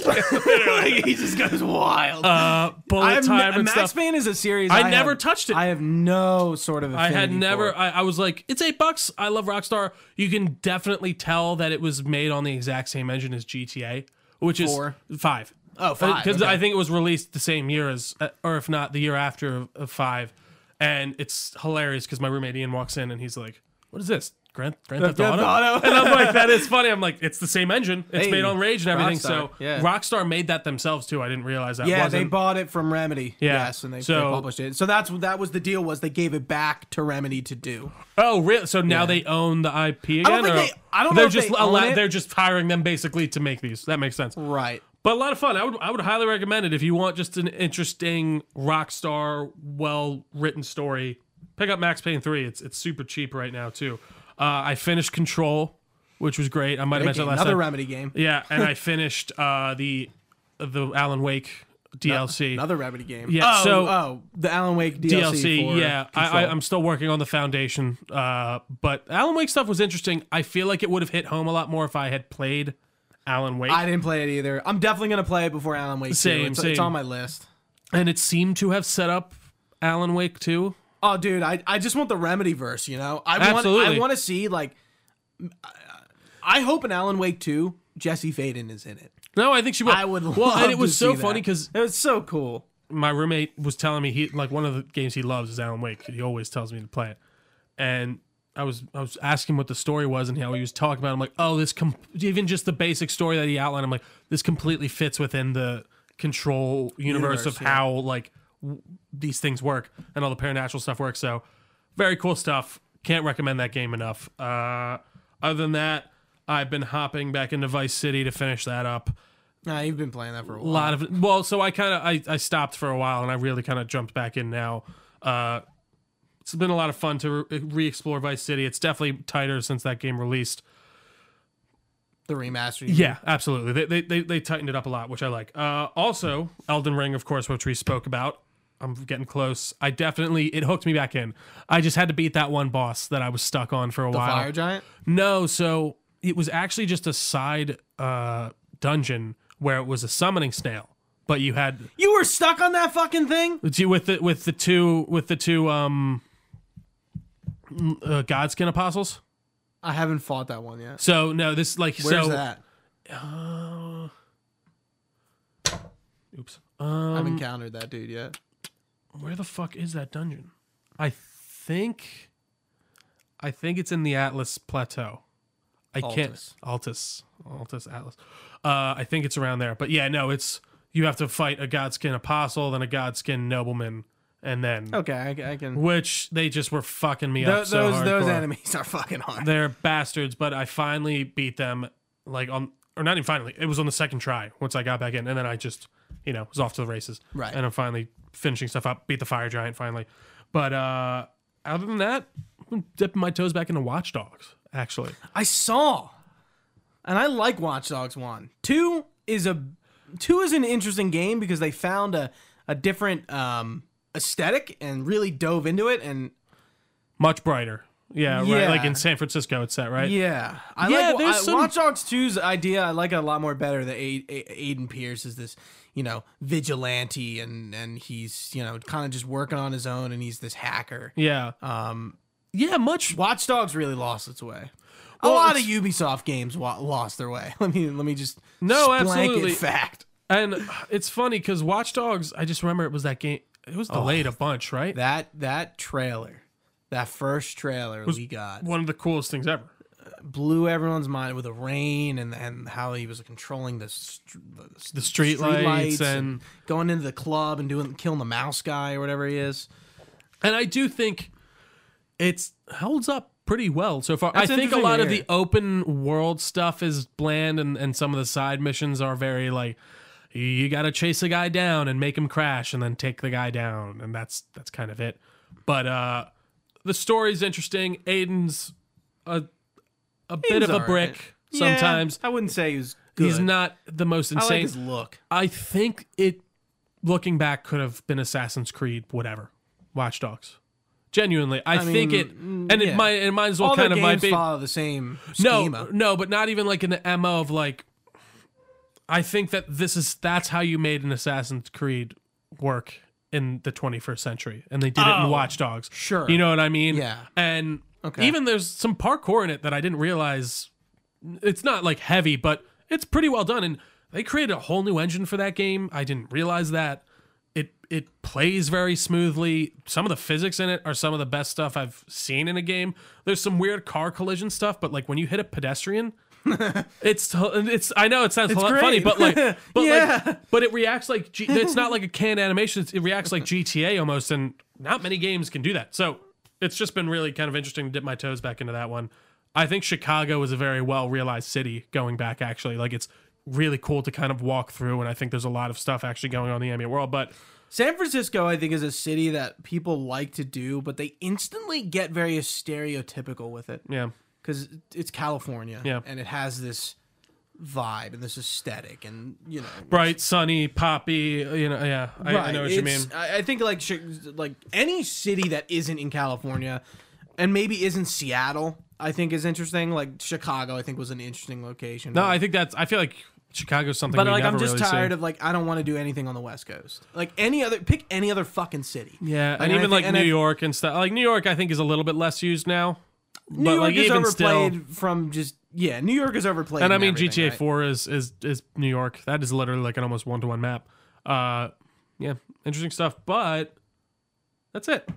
Speaker 2: Like,
Speaker 1: he just goes wild.
Speaker 2: uh, bullet
Speaker 1: I've
Speaker 2: time
Speaker 1: ne-
Speaker 2: and
Speaker 1: Max
Speaker 2: stuff.
Speaker 1: Payne is a series.
Speaker 2: I
Speaker 1: have-
Speaker 2: never touched it.
Speaker 1: I have no sort of.
Speaker 2: I had
Speaker 1: affinity
Speaker 2: never.
Speaker 1: for it.
Speaker 2: I, I was like, it's eight bucks. I love Rockstar. You can definitely tell that it was made on the exact same engine as GTA, which
Speaker 1: Four.
Speaker 2: is five.
Speaker 1: Oh, five,
Speaker 2: Because
Speaker 1: okay.
Speaker 2: I think it was released the same year as, uh, or if not, the year after of, of five. And it's hilarious because my roommate Ian walks in and he's like, "What is this? Grand Grand Theft
Speaker 1: Theft
Speaker 2: Auto?"
Speaker 1: Auto.
Speaker 2: and I'm like, "That is funny." I'm like, "It's the same engine. It's
Speaker 1: Hey,
Speaker 2: made on Rage and everything." So
Speaker 1: Rockstar, yeah.
Speaker 2: Rockstar made that themselves too. I didn't realize that.
Speaker 1: Yeah,
Speaker 2: wasn't.
Speaker 1: they bought it from Remedy.
Speaker 2: Yeah.
Speaker 1: Yes, and they,
Speaker 2: So-
Speaker 1: they published it. So that's that was the deal was they gave it back to Remedy to do.
Speaker 2: Oh, really? So now they own the IP again?
Speaker 1: don't think
Speaker 2: or-
Speaker 1: they- I don't
Speaker 2: they're
Speaker 1: know if
Speaker 2: Just
Speaker 1: they own
Speaker 2: allow-
Speaker 1: it.
Speaker 2: They're just hiring them basically to make these. That makes sense.
Speaker 1: Right.
Speaker 2: But a lot of fun. I would I would highly recommend it if you want just an interesting rock star, well written story. Pick up Max Payne three. It's it's super cheap right now too. Uh, I finished Control, which was great. I might have mentioned it last
Speaker 1: Another
Speaker 2: time.
Speaker 1: remedy game.
Speaker 2: yeah, and I finished uh, the the Alan Wake DLC.
Speaker 1: Another remedy game.
Speaker 2: Yeah,
Speaker 1: Oh,
Speaker 2: so-
Speaker 1: oh, the Alan Wake DLC.
Speaker 2: DLC,
Speaker 1: for
Speaker 2: yeah. I, I,
Speaker 1: Control.
Speaker 2: I'm still working on the foundation, uh, but Alan Wake stuff was interesting. I feel like it would have hit home a lot more if I had played Alan Wake,
Speaker 1: I didn't play it either. I'm definitely gonna play it before Alan Wake. 2.
Speaker 2: Same,
Speaker 1: it's,
Speaker 2: same.
Speaker 1: it's on my list.
Speaker 2: and it seemed to have set up Alan Wake too.
Speaker 1: Oh, dude, I, I just want the remedy verse. You know, I want
Speaker 2: Absolutely.
Speaker 1: I want to see like, I- I hope in Alan Wake 2, Jesse Faden is in it.
Speaker 2: No, I think she would.
Speaker 1: I would. Love
Speaker 2: Well, and it
Speaker 1: to
Speaker 2: was so
Speaker 1: see that.
Speaker 2: funny because
Speaker 1: it was so cool.
Speaker 2: my roommate was telling me he like one of the games he loves is Alan Wake. He always tells me to play it, and I was I was asking what the story was and how he was talking about. It. I'm like, oh, this com- even just the basic story that he outlined. I'm like, this completely fits within the control universe,
Speaker 1: Universe,
Speaker 2: of
Speaker 1: yeah.
Speaker 2: how like w- these things work and all the paranormal stuff works. So, very cool stuff. Can't recommend that game enough. Uh, other than that, I've been hopping back into Vice City to finish that up
Speaker 1: Nah, you've been playing that for a
Speaker 2: a
Speaker 1: while.
Speaker 2: lot of well so i kind of I, I stopped for a while and i really kind of jumped back in now uh it's been a lot of fun to re- re-explore vice city it's definitely tighter since that game released
Speaker 1: The remaster.
Speaker 2: yeah absolutely they they, they, they tightened it up a lot which i like uh also elden ring of course which we spoke about i'm getting close i definitely it hooked me back in i just had to beat that one boss that i was stuck on for a
Speaker 1: the
Speaker 2: while
Speaker 1: Fire Giant.
Speaker 2: no, so it was actually just a side uh, dungeon where it was a summoning snail, but you had
Speaker 1: You were stuck on that fucking thing.
Speaker 2: with the with the two with the two um uh, godskin apostles.
Speaker 1: I haven't fought that one yet.
Speaker 2: So no, this like
Speaker 1: Where's
Speaker 2: so.
Speaker 1: that?
Speaker 2: Uh, oops.
Speaker 1: I
Speaker 2: Um,
Speaker 1: haven't encountered that dude yet.
Speaker 2: where the fuck is that dungeon? I think, I think it's in the Atlas Plateau. I can't
Speaker 1: Altus.
Speaker 2: Altus, Altus Atlas. Uh, I think it's around there. But yeah, no, it's you have to fight a Godskin apostle, then a Godskin nobleman, and then
Speaker 1: Okay, I, I can.
Speaker 2: which they just were fucking me
Speaker 1: Tho-
Speaker 2: up.
Speaker 1: Those
Speaker 2: so
Speaker 1: those
Speaker 2: hardcore.
Speaker 1: enemies are fucking hard.
Speaker 2: They're bastards, but I finally beat them. Like on, or not even finally. It was on the second try. Once I got back in, and then I just, you know, was off to the races.
Speaker 1: Right.
Speaker 2: And I'm finally finishing stuff up. Beat the fire giant finally. But uh other than that, I'm dipping my toes back into Watch Dogs. Actually,
Speaker 1: I saw, and I like Watch Dogs One. Two is a two is an interesting game because they found a a different um, aesthetic and really dove into it. And
Speaker 2: much brighter. Yeah. Right.
Speaker 1: Yeah.
Speaker 2: Like in San Francisco, it's set right.
Speaker 1: yeah, I
Speaker 2: Yeah,
Speaker 1: like
Speaker 2: there's
Speaker 1: I,
Speaker 2: some-
Speaker 1: Watch Dogs 2's idea. I like it a lot more better. That A- A- Aiden Pierce is this you know vigilante, and and he's you know kind of just working on his own, and he's this hacker.
Speaker 2: Yeah.
Speaker 1: Um,
Speaker 2: Yeah. Much.
Speaker 1: Watch Dogs really lost its way. a
Speaker 2: Well,
Speaker 1: lot of Ubisoft games wa- lost their way. Let me let me just
Speaker 2: No,
Speaker 1: blanket
Speaker 2: absolutely.
Speaker 1: fact.
Speaker 2: And it's funny because Watch Dogs. I just remember it was that game. It
Speaker 1: Oh.
Speaker 2: was delayed a bunch, right?
Speaker 1: That that trailer, that first trailer we got,
Speaker 2: One of the coolest things ever.
Speaker 1: blew everyone's mind with the rain and and how he was controlling the str- the,
Speaker 2: The street, lights and
Speaker 1: going into the club and doing killing the mouse guy or whatever he is.
Speaker 2: And I do think it's holds up pretty well so far.
Speaker 1: That's
Speaker 2: I think a
Speaker 1: interesting to
Speaker 2: lot of the
Speaker 1: hear.
Speaker 2: open world stuff is bland and, and some of the side missions are very like you gotta chase a guy down and make him crash and then take the guy down and that's that's kind of it. But uh the story's interesting. Aiden's a a bit
Speaker 1: Aiden's
Speaker 2: of a
Speaker 1: alright.
Speaker 2: brick sometimes.
Speaker 1: Yeah, I wouldn't say he was good.
Speaker 2: He's not the most
Speaker 1: I
Speaker 2: insane.
Speaker 1: like his look.
Speaker 2: I think it, looking back, could have been Assassin's Creed, whatever, Watch Dogs. Genuinely, I, think
Speaker 1: mean,
Speaker 2: it,
Speaker 1: mm,
Speaker 2: and it
Speaker 1: yeah.
Speaker 2: might, it might as well
Speaker 1: All
Speaker 2: kind
Speaker 1: their
Speaker 2: of might
Speaker 1: games
Speaker 2: be.
Speaker 1: follow the same
Speaker 2: No,
Speaker 1: schema.
Speaker 2: no, but not even like in the MO of like. I think that this is that's how you made an Assassin's Creed work in the 21st century, and they did it in
Speaker 1: Oh,
Speaker 2: Watch Dogs.
Speaker 1: sure.
Speaker 2: you know what I mean?
Speaker 1: Yeah.
Speaker 2: and
Speaker 1: Okay.
Speaker 2: even there's some parkour in it that I didn't realize. It's not like heavy, but it's pretty well done, and they created a whole new engine for that game. I didn't realize that. It it plays very smoothly. Some of the physics in it are some of the best stuff I've seen in a game. There's some weird car collision stuff, but like when you hit a pedestrian, it's it's I know it sounds a lot
Speaker 1: great.
Speaker 2: funny, but like but
Speaker 1: Yeah.
Speaker 2: like but it reacts like G, it's not like a canned animation. It's, it reacts like GTA almost, and not many games can do that. So it's just been really kind of interesting to dip my toes back into that one. I think Chicago is a very well realized city going back. Actually, like it's really cool to kind of walk through. And I think there's a lot of stuff actually going on in the anime world. But
Speaker 1: San Francisco, I think, is a city that people like to do, but they instantly get very stereotypical with it
Speaker 2: yeah,
Speaker 1: because it's California,
Speaker 2: Yeah.
Speaker 1: and it has this vibe and this aesthetic, and you know,
Speaker 2: bright, sunny, poppy. You know, yeah, I, I know what you mean.
Speaker 1: It's- I, I think like sh- like any city that isn't in California, and maybe isn't Seattle. I think is interesting. Like Chicago, I think was an interesting location.
Speaker 2: No,
Speaker 1: Like-
Speaker 2: I think that's. I feel like Chicago's something.
Speaker 1: but
Speaker 2: we
Speaker 1: like
Speaker 2: never
Speaker 1: I'm just
Speaker 2: really see.
Speaker 1: tired of like I don't want to do anything on the West Coast. Like any other, pick any other fucking city.
Speaker 2: Yeah,
Speaker 1: I
Speaker 2: and even
Speaker 1: think-
Speaker 2: like
Speaker 1: and
Speaker 2: New
Speaker 1: I-
Speaker 2: York and stuff. Like New York, I think is a little bit less used now.
Speaker 1: New
Speaker 2: but
Speaker 1: York
Speaker 2: like
Speaker 1: is
Speaker 2: even
Speaker 1: overplayed
Speaker 2: still,
Speaker 1: from just yeah. New York is overplayed,
Speaker 2: and I
Speaker 1: in
Speaker 2: mean
Speaker 1: everything,
Speaker 2: GTA
Speaker 1: right?
Speaker 2: Four is is is New York. That is literally like an almost one to one map. Uh, yeah, interesting stuff. But that's it.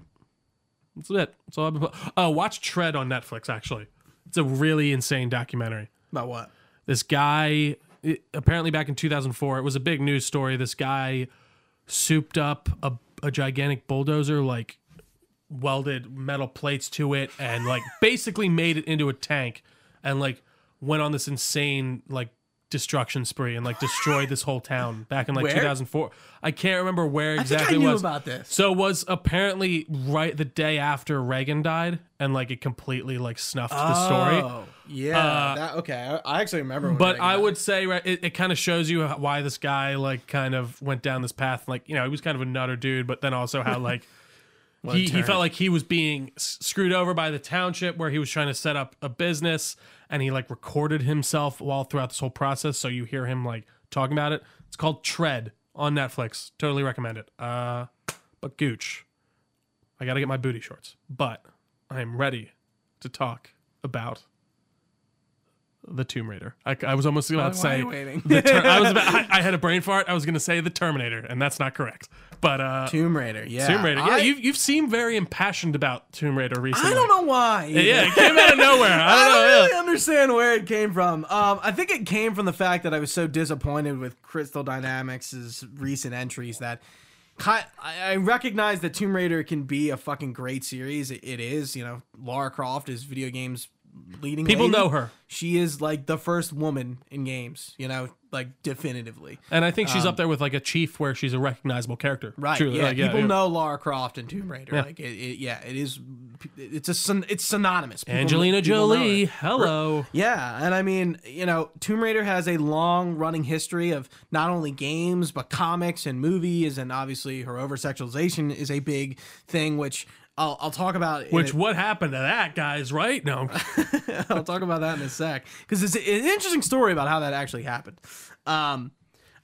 Speaker 2: That's it. That's all I've been. pl- Oh, watch Tread on Netflix. Actually, it's a really insane documentary.
Speaker 1: About what?
Speaker 2: this guy it- apparently back in 2004 it was a big news story this guy souped up a, a gigantic bulldozer like welded metal plates to it and like basically made it into a tank and like went on this insane like destruction spree and like destroyed this whole town back in like
Speaker 1: Where?
Speaker 2: 2004 i can't remember where
Speaker 1: think I
Speaker 2: exactly
Speaker 1: knew
Speaker 2: it was
Speaker 1: about this.
Speaker 2: so it was apparently right the day after reagan died and like it completely like snuffed the story
Speaker 1: Oh yeah.
Speaker 2: Uh,
Speaker 1: that, okay, I, I actually remember. when
Speaker 2: but
Speaker 1: I
Speaker 2: I
Speaker 1: got-
Speaker 2: would say right, it, it kind of shows you how- why this guy like kind of went down this path. Like you know, he was kind of a nutter dude, but then also how like
Speaker 1: a
Speaker 2: he, he
Speaker 1: turn.
Speaker 2: felt like he was being s- screwed over by the township where he was trying to set up a business, and he like recorded himself while throughout this whole process. So you hear him like talking about it. It's called Tread on Netflix. Totally recommend it. Uh, but Gooch, I gotta get my booty shorts, but I am ready to talk about the Tomb Raider. I, I was almost about to
Speaker 1: Why are
Speaker 2: say
Speaker 1: you waiting?
Speaker 2: the ter- I was about, I, I had a brain fart. I was gonna say the Terminator, and that's not correct. But uh,
Speaker 1: Tomb Raider. Yeah,
Speaker 2: Tomb Raider. Yeah,
Speaker 1: I,
Speaker 2: you've you've seemed very impassioned about Tomb Raider recently.
Speaker 1: I don't know why. either.
Speaker 2: Yeah, it came out of nowhere. I
Speaker 1: I
Speaker 2: don't
Speaker 1: don't
Speaker 2: know.
Speaker 1: really understand where it came from. Um, I think it came from the fact that I was so disappointed with Crystal Dynamics' recent entries that ki- I I recognize that Tomb Raider can be a fucking great series. It, it is, you know, Lara Croft is video games leading.
Speaker 2: People
Speaker 1: lady.
Speaker 2: know her.
Speaker 1: She is like the first woman in games, you know, like definitively.
Speaker 2: And I think she's up there with like a chief, where she's a recognizable character.
Speaker 1: Um, Right.
Speaker 2: Truly,
Speaker 1: yeah.
Speaker 2: like,
Speaker 1: People
Speaker 2: yeah.
Speaker 1: know Lara Croft and Tomb Raider. Like it, it, yeah, it is it's a syn- it's synonymous. People-
Speaker 2: Angelina
Speaker 1: people know her.
Speaker 2: Jolie. Hello.
Speaker 1: Yeah, and I mean, you know, Tomb Raider has a long running history of not only games but comics and movies, and obviously her over sexualization is a big thing, which I'll, I'll talk about. in
Speaker 2: Which
Speaker 1: a-
Speaker 2: what happened to that, guys? Right? No.
Speaker 1: I'll talk about that in a sec because it's an interesting story about how that actually happened. Um,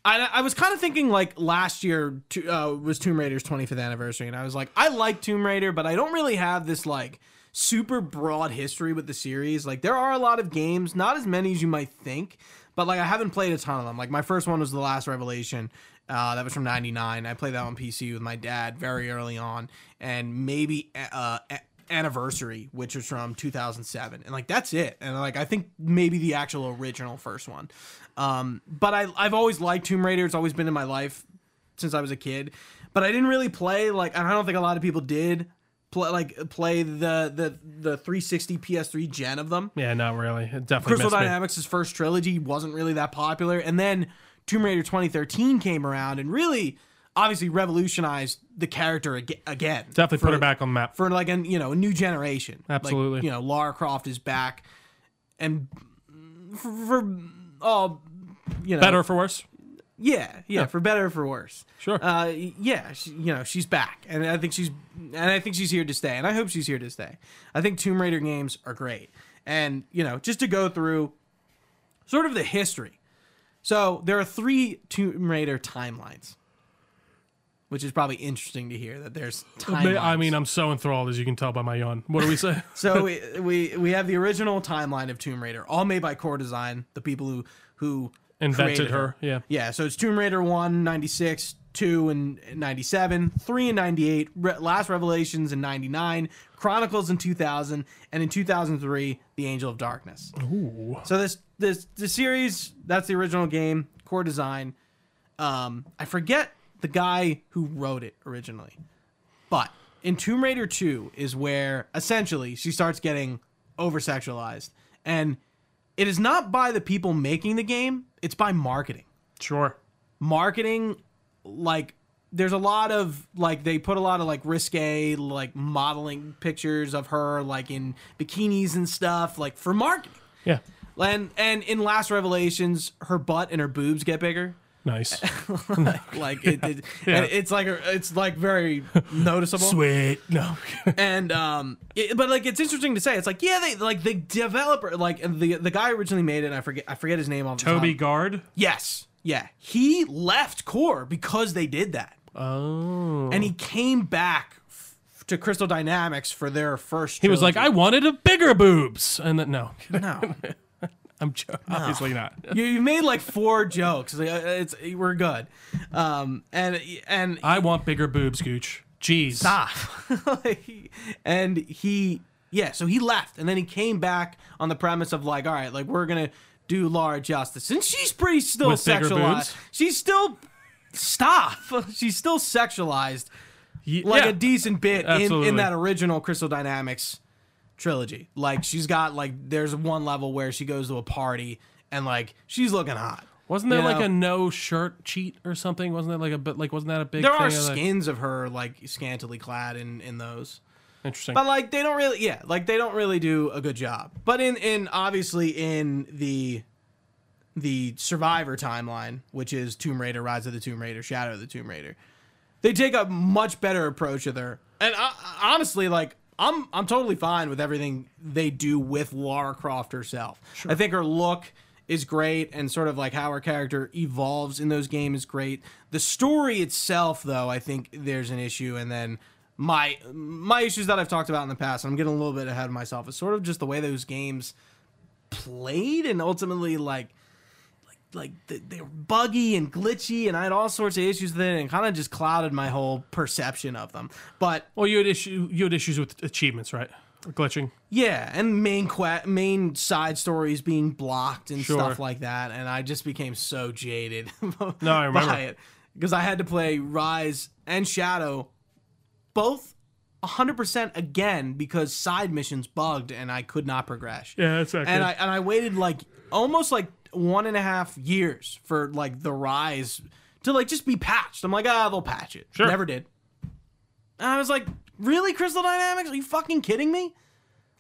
Speaker 1: I, I was kind of thinking like last year to- uh, was Tomb Raider's 25th anniversary, and I was like, I like Tomb Raider, but I don't really have this like super broad history with the series. Like, there are a lot of games, not as many as you might think, but like I haven't played a ton of them. Like, my first one was The Last Revelation. Uh, that was from 99. I played that on PC with my dad very early on, and maybe uh, a- anniversary, which was from 2007. And like, that's it. And like, I think maybe the actual original first one. Um, but I, I've always liked Tomb Raider. It's always been in my life since I was a kid, but I didn't really play like and I don't think a lot of people did play like play the the the 360 PS3 gen of them.
Speaker 2: yeah, not really. It definitely
Speaker 1: Crystal
Speaker 2: missed me.
Speaker 1: Dynamics' first trilogy wasn't really that popular, and then Tomb Raider 2013 came around and really obviously revolutionized the character ag- again.
Speaker 2: Definitely
Speaker 1: for-
Speaker 2: put her back on the map.
Speaker 1: for like a you know a new generation. Like,
Speaker 2: Absolutely.
Speaker 1: you know, Lara Croft is back, and for, for all you know,
Speaker 2: Better or for worse?
Speaker 1: yeah, yeah, for better or for worse.
Speaker 2: Sure.
Speaker 1: Uh, yeah, she, you know, she's back, and I think she's, and I think she's here to stay, and I hope she's here to stay. I think Tomb Raider games are great, and you know, just to go through, sort of the history. So there are three Tomb Raider timelines, which is probably interesting to hear that there's timelines.
Speaker 2: I mean, I'm so enthralled as you can tell by my yawn. What do we say?
Speaker 1: So we, we we have the original timeline of Tomb Raider, all made by Core Design, the people who who
Speaker 2: Invented
Speaker 1: created
Speaker 2: her. Yeah.
Speaker 1: Yeah, so it's Tomb Raider 1, 96, 2 and 97, 3 and 98, Re- Last Revelations in 99, Chronicles in 2000, and in 2003, The Angel of Darkness.
Speaker 2: Ooh.
Speaker 1: So this this the series, that's the original game, core design. Um I forget the guy who wrote it originally. But in Tomb Raider 2 is where essentially she starts getting over sexualized and It is not by the people making the game, it's by marketing.
Speaker 2: Sure.
Speaker 1: Marketing, like, there's a lot of, like, they put a lot of, like, risque, like, modeling pictures of her, like, in bikinis and stuff, like, for marketing.
Speaker 2: Yeah.
Speaker 1: And, and in Last Revelations, her butt and her boobs get bigger.
Speaker 2: Nice.
Speaker 1: like, like it, it and it's like a, it's like very noticeable
Speaker 2: Sweet. No.
Speaker 1: and um, it- but like it's interesting to say. It's like yeah, they like the developer, like and the the guy who originally made it. And I forget I forget his name all the
Speaker 2: Toby
Speaker 1: time.
Speaker 2: Guard.
Speaker 1: Yes, yeah, he left Core because they did that,
Speaker 2: Oh.
Speaker 1: and he came back f- to Crystal Dynamics for their first.
Speaker 2: He was like, I wanted a bigger boobs, and then no,
Speaker 1: no,
Speaker 2: I'm jo- obviously not.
Speaker 1: you, you made like four jokes. Like, uh, It's we're good, um, and and
Speaker 2: I want bigger boobs, Gooch. Jeez.
Speaker 1: off. Like, and he, yeah, so he left, and then he came back on the premise of like, all right, like we're gonna do Laura justice, and she's pretty still
Speaker 2: With bigger boobs?
Speaker 1: sexualized. She's still stop. She's still sexualized
Speaker 2: Ye-
Speaker 1: like
Speaker 2: yeah.
Speaker 1: a decent bit in,
Speaker 2: Absolutely.
Speaker 1: in that original Crystal Dynamics trilogy. Like she's got like there's one level where she goes to a party and like she's looking hot.
Speaker 2: Wasn't there
Speaker 1: you
Speaker 2: like
Speaker 1: know?
Speaker 2: a no shirt cheat or something? Wasn't there like a bit like wasn't that a big
Speaker 1: There
Speaker 2: thing?
Speaker 1: are
Speaker 2: of, like-
Speaker 1: skins of her like scantily clad in in those.
Speaker 2: interesting.
Speaker 1: But like they don't really yeah, like they don't really do a good job. But in in obviously in the the survivor timeline, which is Tomb Raider, Rise of the Tomb Raider, Shadow of the Tomb Raider, they take a much better approach of their and I, I- honestly like I'm I'm totally fine with everything they do with Lara Croft herself. I think her look is great and sort of like how her character evolves in those games is great. The story itself though, I think there's an issue and then my my issues that I've talked about in the past, and I'm getting a little bit ahead of myself, is sort of just the way those games played and ultimately like like th- they were buggy and glitchy and I had all sorts of issues with it and kind of just clouded my whole perception of them. But
Speaker 2: well, you had issue you had issues with uh, achievements, right? Or glitching.
Speaker 1: yeah, and main que- main side stories being blocked and stuff like that and I just became so jaded
Speaker 2: I remember.
Speaker 1: by it because I had to play Rise and Shadow both 100% again because side missions bugged and I could not progress.
Speaker 2: Yeah, that's not
Speaker 1: and I and I waited like almost like one and a half years for like the rise to like just be patched. I'm like, ah, they'll patch it.
Speaker 2: Sure.
Speaker 1: Never did. And I was like, really, Crystal Dynamics? Are you fucking kidding me?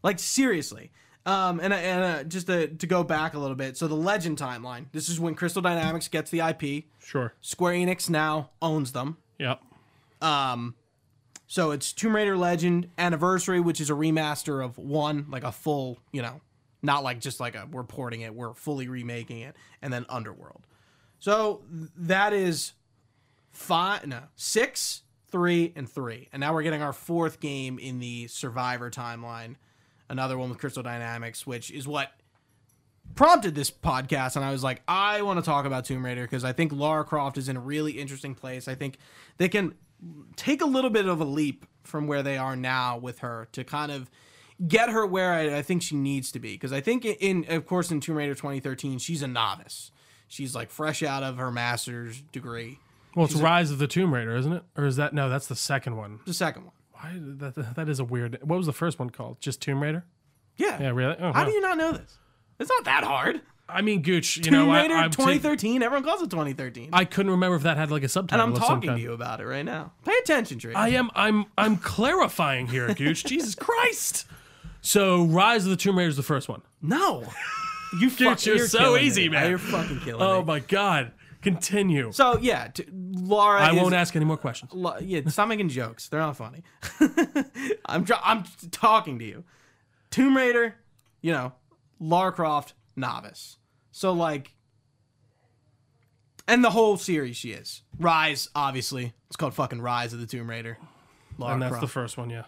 Speaker 1: Like seriously. Um, and I- and uh, just to, to go back a little bit, so the Legend timeline. This is when Crystal Dynamics gets the IP.
Speaker 2: sure.
Speaker 1: Square Enix now owns them.
Speaker 2: Yep.
Speaker 1: So it's Tomb Raider Legend Anniversary, which is a remaster of one, like a full, you know, not like just like a we're porting it, we're fully remaking it, and then Underworld. So th- that is five, no, six, three, and three. And now we're getting our fourth game in the Survivor timeline, another one with Crystal Dynamics, which is what prompted this podcast and I was like, I want to talk about Tomb Raider because I think Lara Croft is in a really interesting place. I think they can take a little bit of a leap from where they are now with her to kind of get her where I, I think she needs to be. Because I think in, of course, in Tomb Raider 2013, she's a novice. She's like fresh out of her master's degree.
Speaker 2: Well, it's Rise of the Tomb Raider, isn't it? Or is that no? That's the second one.
Speaker 1: The second one.
Speaker 2: Why that that is a weird. What was the first one called? Just Tomb Raider?
Speaker 1: Yeah.
Speaker 2: Yeah, really. Oh,
Speaker 1: How
Speaker 2: wow.
Speaker 1: do you not know this? It's not that hard.
Speaker 2: I mean, Gooch. You
Speaker 1: Tomb
Speaker 2: know,
Speaker 1: Raider
Speaker 2: I, I'm taking-
Speaker 1: 2013. Everyone calls it 2013.
Speaker 2: I couldn't remember if that had like a subtitle.
Speaker 1: and I'm
Speaker 2: of some
Speaker 1: talking
Speaker 2: kind.
Speaker 1: to you about it right now. Pay attention, Tree.
Speaker 2: I am. I'm. I'm clarifying here, Gooch. Jesus Christ. So, Rise of the Tomb Raider is the first one.
Speaker 1: No. You fuck,
Speaker 2: you're so
Speaker 1: killing
Speaker 2: easy,
Speaker 1: me.
Speaker 2: man.
Speaker 1: You're fucking killing
Speaker 2: Oh
Speaker 1: me.
Speaker 2: my God. Continue.
Speaker 1: So yeah, t- Laura.
Speaker 2: I
Speaker 1: is-
Speaker 2: won't ask any more questions.
Speaker 1: La- yeah, stop making jokes. They're not funny. I'm try- I'm t- talking to you. Tomb Raider, you know, Lara Croft, novice. So like, and the whole series she is Rise. Obviously, it's called fucking Rise of the Tomb Raider. Lara
Speaker 2: And that's
Speaker 1: Croft.
Speaker 2: the first one, yeah.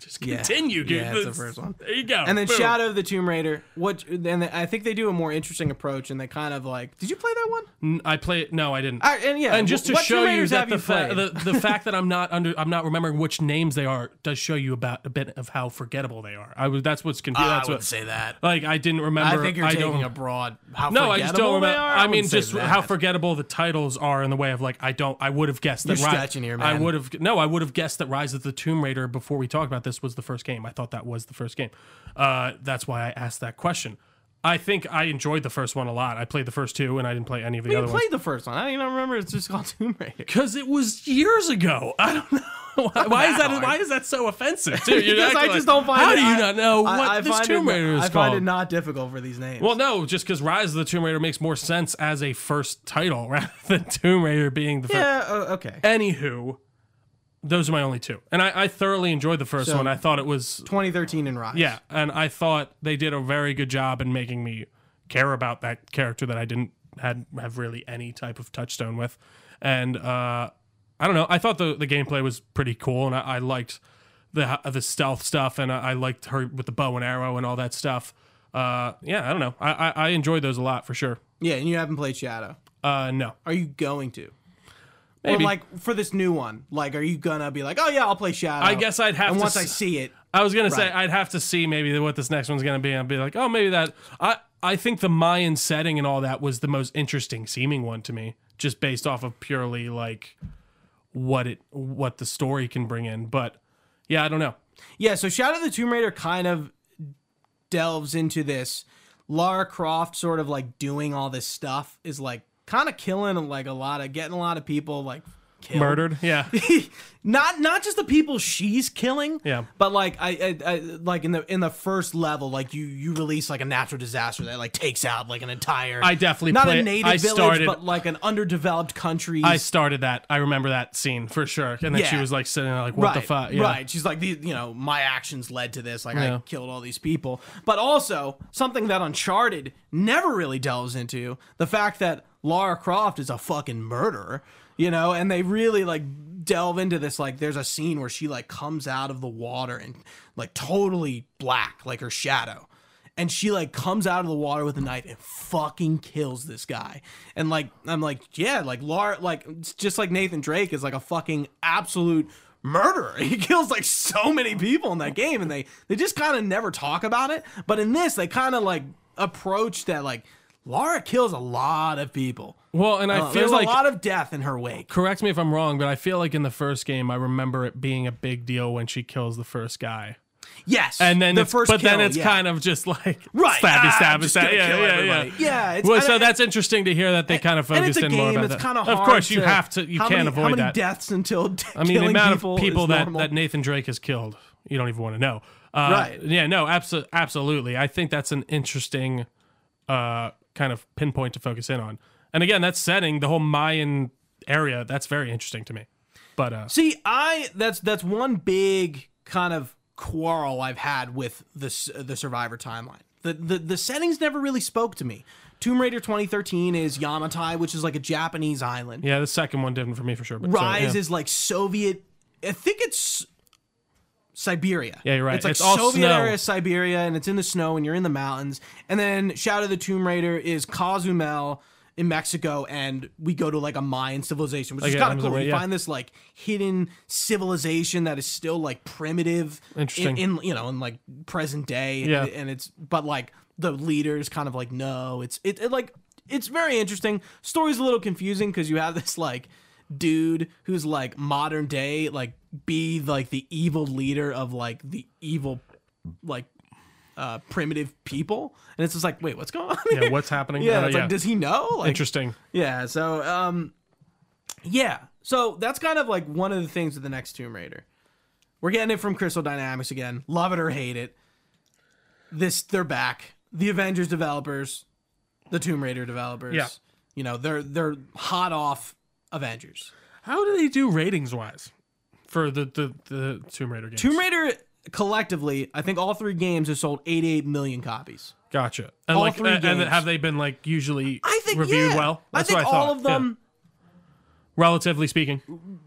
Speaker 2: Just
Speaker 1: Yeah.
Speaker 2: continue, Gooch.
Speaker 1: Yeah, that's the first one.
Speaker 2: There you go.
Speaker 1: and then
Speaker 2: Boom.
Speaker 1: Shadow of the Tomb Raider. What? And I think they do a more interesting approach, and they kind of like. Did you play that one?
Speaker 2: N- I play. No, I didn't.
Speaker 1: I- and yeah,
Speaker 2: and just to
Speaker 1: what
Speaker 2: show
Speaker 1: Tomb
Speaker 2: you
Speaker 1: Raiders have
Speaker 2: that the,
Speaker 1: you
Speaker 2: fa-
Speaker 1: played?
Speaker 2: the the fact that I'm not under, I'm not remembering which names they are, does show you about a bit of how forgettable they are. I was. That's what's confusing. that's what.
Speaker 1: say that.
Speaker 2: Like I didn't remember.
Speaker 1: I think you're
Speaker 2: don't-
Speaker 1: taking abroad how
Speaker 2: No, I just
Speaker 1: forgettable
Speaker 2: don't
Speaker 1: they
Speaker 2: remember.
Speaker 1: are.
Speaker 2: I, mean,
Speaker 1: wouldn't say
Speaker 2: just
Speaker 1: that.
Speaker 2: how forgettable the titles are in the way of like I don't. I would have guessed that.
Speaker 1: You're
Speaker 2: Ri-
Speaker 1: stretching here,
Speaker 2: I
Speaker 1: man.
Speaker 2: would have no. I would have guessed that Rise of the Tomb Raider before we talked about this was the first game. I thought that was the first game. Uh, that's why I asked that question. I think I enjoyed the first one a lot. I played the first two, and I didn't play any of the
Speaker 1: You
Speaker 2: other
Speaker 1: played
Speaker 2: ones
Speaker 1: the first one. I don't even remember. It's just called Tomb Raider.
Speaker 2: because it was years ago. I don't know. Why, why is that?
Speaker 1: hard.
Speaker 2: Why is that so offensive? Too? You're
Speaker 1: Because I
Speaker 2: acting
Speaker 1: just
Speaker 2: like,
Speaker 1: don't find
Speaker 2: How
Speaker 1: it-
Speaker 2: do you
Speaker 1: I-
Speaker 2: not know what
Speaker 1: I, I
Speaker 2: this
Speaker 1: find
Speaker 2: Tomb
Speaker 1: it,
Speaker 2: Raider is
Speaker 1: I
Speaker 2: called?
Speaker 1: find it not difficult for these names.
Speaker 2: Well, no, just because Rise of the Tomb Raider makes more sense as a first title rather than Tomb Raider being the first.
Speaker 1: yeah, uh, okay.
Speaker 2: Anywho, those are my only two, and I, I thoroughly enjoyed the first
Speaker 1: So-
Speaker 2: one. I thought it was
Speaker 1: 2013 and Rise.
Speaker 2: yeah, and I thought they did a very good job in making me care about that character that I didn't had have really any type of touchstone with, and uh, I don't know. I thought the the gameplay was pretty cool, and I, I liked the the stealth stuff, and I, I liked her with the bow and arrow and all that stuff. Uh, yeah, I don't know. I, I, I enjoyed those a lot for sure.
Speaker 1: Yeah, and you haven't played Shadow.
Speaker 2: Uh, no,
Speaker 1: Are you going to?
Speaker 2: Maybe.
Speaker 1: Or like for this new one, like are you gonna be like, oh yeah, I'll play Shadow?
Speaker 2: I guess I'd have
Speaker 1: And
Speaker 2: to
Speaker 1: once
Speaker 2: s-
Speaker 1: I see it,
Speaker 2: I was gonna say I'd have to see maybe what this next one's gonna be and be like, oh, maybe that. I I think the Mayan setting and all that was the most interesting seeming one to me, just based off of purely like what it what the story can bring in. But yeah, I don't know.
Speaker 1: yeah. So Shadow of the Tomb Raider kind of delves into this Lara Croft sort of like doing all this stuff is like kind of killing like a lot of getting a lot of people like killed.
Speaker 2: Murdered, yeah,
Speaker 1: not not just the people she's killing
Speaker 2: Yeah.
Speaker 1: but like I, I, I like in the in the first level like you you release like a natural disaster that like takes out like an entire
Speaker 2: I definitely
Speaker 1: not a
Speaker 2: played-
Speaker 1: native
Speaker 2: I
Speaker 1: village
Speaker 2: started-
Speaker 1: but like an underdeveloped country
Speaker 2: I started that. I remember that scene for sure. And then she
Speaker 1: Yeah.
Speaker 2: was like sitting there, like, what
Speaker 1: right,
Speaker 2: the fuck? Yeah.
Speaker 1: Right. She's like, these, you know, my actions led to this. Like,
Speaker 2: Yeah.
Speaker 1: I killed all these people. But also, something that Uncharted never really delves into the fact that Lara Croft is a fucking murderer, you know, and they really like delve into this. Like, there's a scene where she like comes out of the water and like totally black, like her shadow. And she like comes out of the water with a knife and fucking kills this guy. And like I'm like, yeah, like Lara like it's just like Nathan Drake is like a fucking absolute murderer. He kills like so many people in that game, and they they just kind of never talk about it. But in this, they kind of like approach that like Lara kills a lot of people.
Speaker 2: Well, and I
Speaker 1: Uh,
Speaker 2: feel
Speaker 1: there's
Speaker 2: like
Speaker 1: a lot of death in her wake.
Speaker 2: correct me if I'm wrong, but I feel like in the first game, I remember it being a big deal when she kills the first guy.
Speaker 1: Yes,
Speaker 2: and then
Speaker 1: the
Speaker 2: it's,
Speaker 1: first,
Speaker 2: but then
Speaker 1: kill,
Speaker 2: it's
Speaker 1: yeah.
Speaker 2: kind of just like
Speaker 1: Right,
Speaker 2: stabby,
Speaker 1: ah, I'm
Speaker 2: stabby,
Speaker 1: just
Speaker 2: stabby.
Speaker 1: gonna
Speaker 2: Yeah,
Speaker 1: kill
Speaker 2: yeah,
Speaker 1: everybody. Yeah,
Speaker 2: yeah,
Speaker 1: it's-
Speaker 2: well,
Speaker 1: and
Speaker 2: so
Speaker 1: I-
Speaker 2: that's interesting to hear that they kind of
Speaker 1: and
Speaker 2: focused
Speaker 1: it's a
Speaker 2: in more
Speaker 1: game.
Speaker 2: about
Speaker 1: It's
Speaker 2: that.
Speaker 1: kind of
Speaker 2: of course, you have to. You
Speaker 1: how
Speaker 2: can't
Speaker 1: many,
Speaker 2: avoid
Speaker 1: how many
Speaker 2: that.
Speaker 1: deaths until
Speaker 2: I mean, the amount
Speaker 1: people
Speaker 2: of people
Speaker 1: is
Speaker 2: that,
Speaker 1: normal.
Speaker 2: that Nathan Drake has killed, you don't even want to know. Uh,
Speaker 1: Right.
Speaker 2: Yeah, no, abso- absolutely. I think that's an interesting uh, kind of pinpoint to focus in on. And again, that setting, the whole Mayan area, that's very interesting to me. But uh,
Speaker 1: See, I that's that's one big kind of quarrel I've had with the s- the Survivor timeline. The, the the settings never really spoke to me. Tomb Raider 2013 is Yamatai, which is like a Japanese island.
Speaker 2: yeah, the second one didn't for me for sure. But so,
Speaker 1: Rise
Speaker 2: yeah.
Speaker 1: is like Soviet. I think it's Siberia.
Speaker 2: Yeah, you're right.
Speaker 1: It's like
Speaker 2: It's all
Speaker 1: Soviet
Speaker 2: snow.
Speaker 1: area Siberia, and it's in the snow, and you're in the mountains. And then Shadow of the Tomb Raider is Cozumel in Mexico, and we go to like a Mayan civilization, which
Speaker 2: Like,
Speaker 1: is
Speaker 2: yeah,
Speaker 1: kind of cool.
Speaker 2: Amazon,
Speaker 1: We
Speaker 2: yeah.
Speaker 1: find this like hidden civilization that is still like primitive. in-
Speaker 2: Interesting.
Speaker 1: In, you know, in like present day.
Speaker 2: Yeah.
Speaker 1: And, and it's but like the leaders kind of like no, it's it, it like it's very interesting. Story's a little confusing because you have this like dude who's like modern day like be like the evil leader of like the evil like uh primitive people and it's just like wait what's going on
Speaker 2: yeah, Uh,
Speaker 1: here?
Speaker 2: what's happening? I
Speaker 1: yeah,
Speaker 2: don't-
Speaker 1: it's like does he know like
Speaker 2: interesting.
Speaker 1: yeah so um yeah so that's kind of like one of the things with the next tomb raider we're getting it from crystal dynamics again love it or hate it this they're back the avengers developers the tomb raider developers
Speaker 2: Yeah.
Speaker 1: you know they're they're hot off avengers
Speaker 2: How do they do ratings wise for the, the, the Tomb Raider games?
Speaker 1: tomb raider collectively i think all three games have sold 88 million copies
Speaker 2: gotcha. And
Speaker 1: All
Speaker 2: like,
Speaker 1: three
Speaker 2: and and
Speaker 1: games.
Speaker 2: have they been like usually
Speaker 1: I think
Speaker 2: reviewed
Speaker 1: yeah.
Speaker 2: well? That's
Speaker 1: I think
Speaker 2: what I thought.
Speaker 1: all of
Speaker 2: Yeah.
Speaker 1: them
Speaker 2: relatively speaking.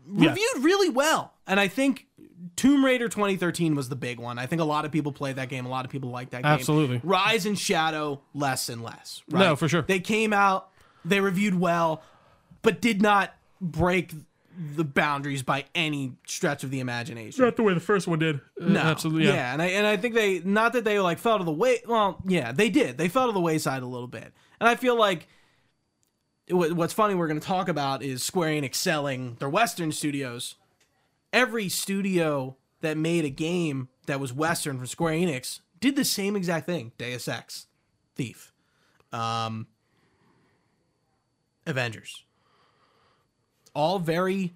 Speaker 1: reviewed really well, and I think Tomb Raider 2013 was the big one. I think a lot of people played that game. A lot of people liked that game.
Speaker 2: Absolutely.
Speaker 1: Rise and Shadow less and less. Right?
Speaker 2: No, for sure.
Speaker 1: They came out, they reviewed well, but did not break the boundaries by any stretch of the imagination.
Speaker 2: Not the way the first one did.
Speaker 1: No.
Speaker 2: Uh, absolutely. Yeah.
Speaker 1: and I and I think they not that they like fell to the way. Well, yeah, they did. They fell to the wayside a little bit, and I feel like wh- what's funny we're going to talk about is Square Enix selling their Western studios. Every studio that made a game that was Western from Square Enix did the same exact thing. Deus Ex, Thief, um, Avengers. All very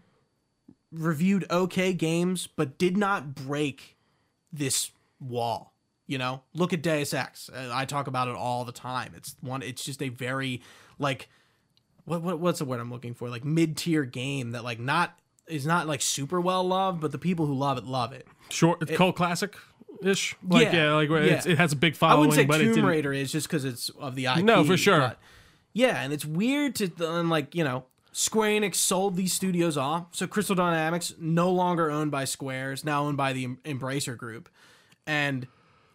Speaker 1: reviewed okay games, but did not break this wall. You know, look at Deus Ex. Uh, I talk about it all the time. It's one. It's just a very like what, what what's the word I'm looking for? Like mid tier game that like not is not like super well loved, but the people who love it love it.
Speaker 2: Short, it's cult classic ish. Like yeah,
Speaker 1: Yeah,
Speaker 2: like where It's,
Speaker 1: yeah.
Speaker 2: it has a big
Speaker 1: I
Speaker 2: following,
Speaker 1: wouldn't say
Speaker 2: but it
Speaker 1: Tomb
Speaker 2: didn't.
Speaker 1: Raider is just because it's of the IP.
Speaker 2: No, for sure.
Speaker 1: but- yeah, and it's weird to and like you know, Square Enix sold these studios off, so Crystal Dynamics no longer owned by Square, is now owned by the Em- Embracer Group, and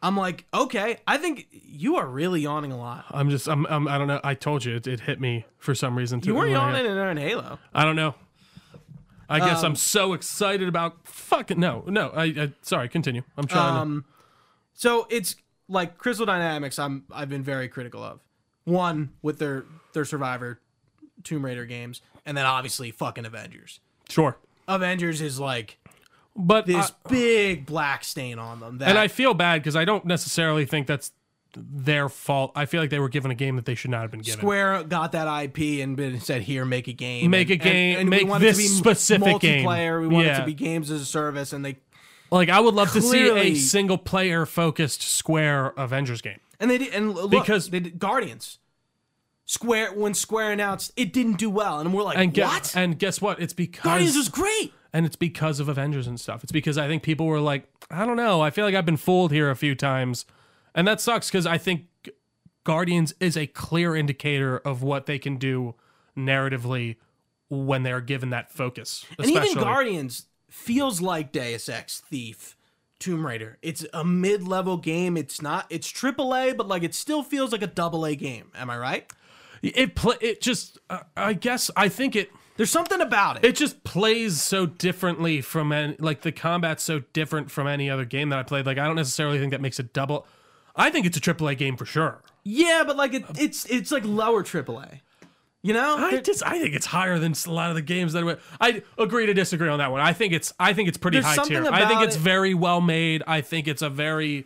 Speaker 1: I'm like, okay, I think you are really yawning a lot.
Speaker 2: I'm just I'm, I'm I don't know. I told you it, it hit me for some reason. Too.
Speaker 1: You were
Speaker 2: when I-
Speaker 1: yawning in, in Halo.
Speaker 2: I don't know. I guess
Speaker 1: Um,
Speaker 2: I'm so excited about fucking no no. I, I sorry. Continue. I'm trying. to,
Speaker 1: Um, so it's like Crystal Dynamics. I'm I've been very critical of one with their their Survivor, Tomb Raider games, and then obviously fucking Avengers.
Speaker 2: sure,
Speaker 1: Avengers is like
Speaker 2: but
Speaker 1: this
Speaker 2: I-
Speaker 1: big black stain on them. That
Speaker 2: and I feel bad because I don't necessarily think that's their fault. I feel like they were given a game that they should not have been given.
Speaker 1: Square got that IP and been- said, "Here, make a game,
Speaker 2: Make a
Speaker 1: And-
Speaker 2: game,
Speaker 1: and, and we
Speaker 2: make
Speaker 1: want it
Speaker 2: this
Speaker 1: to be
Speaker 2: specific game.
Speaker 1: multiplayer. We want it
Speaker 2: Yeah.
Speaker 1: to be games as a service." And they
Speaker 2: Like I would love to see a
Speaker 1: Clearly-
Speaker 2: single player focused Square Avengers game.
Speaker 1: and they did, and look,
Speaker 2: Because-
Speaker 1: they did, Guardians Square when Square announced it didn't do well, and we're like,
Speaker 2: And guess
Speaker 1: "What?
Speaker 2: and guess what? It's because
Speaker 1: Guardians was great."
Speaker 2: and it's because of Avengers and stuff. It's because I think people were like, I don't know, I feel like I've been fooled here a few times, and that sucks because I think Guardians is a clear indicator of what they can do narratively when they are given that focus.
Speaker 1: And
Speaker 2: Especially.
Speaker 1: even Guardians feels like Deus Ex, Thief, Tomb Raider. It's a mid-level game. It's not. It's AAA, but like it still feels like a double A game. Am I right?
Speaker 2: it pl- it just uh, I guess I think it
Speaker 1: There's something about it.
Speaker 2: it just plays so differently from any, like the combat's so different from any other game that I played. Like I don't necessarily think that makes it double. I think it's a AAA game for sure.
Speaker 1: Yeah, but like it, it's it's like lower AAA. You know,
Speaker 2: I
Speaker 1: There-
Speaker 2: just I think it's higher than a lot of the games that were. I agree to disagree on that one. I think it's I think it's pretty
Speaker 1: There's
Speaker 2: high
Speaker 1: something
Speaker 2: tier. I think
Speaker 1: about
Speaker 2: it's
Speaker 1: it-
Speaker 2: very well made. I think it's a very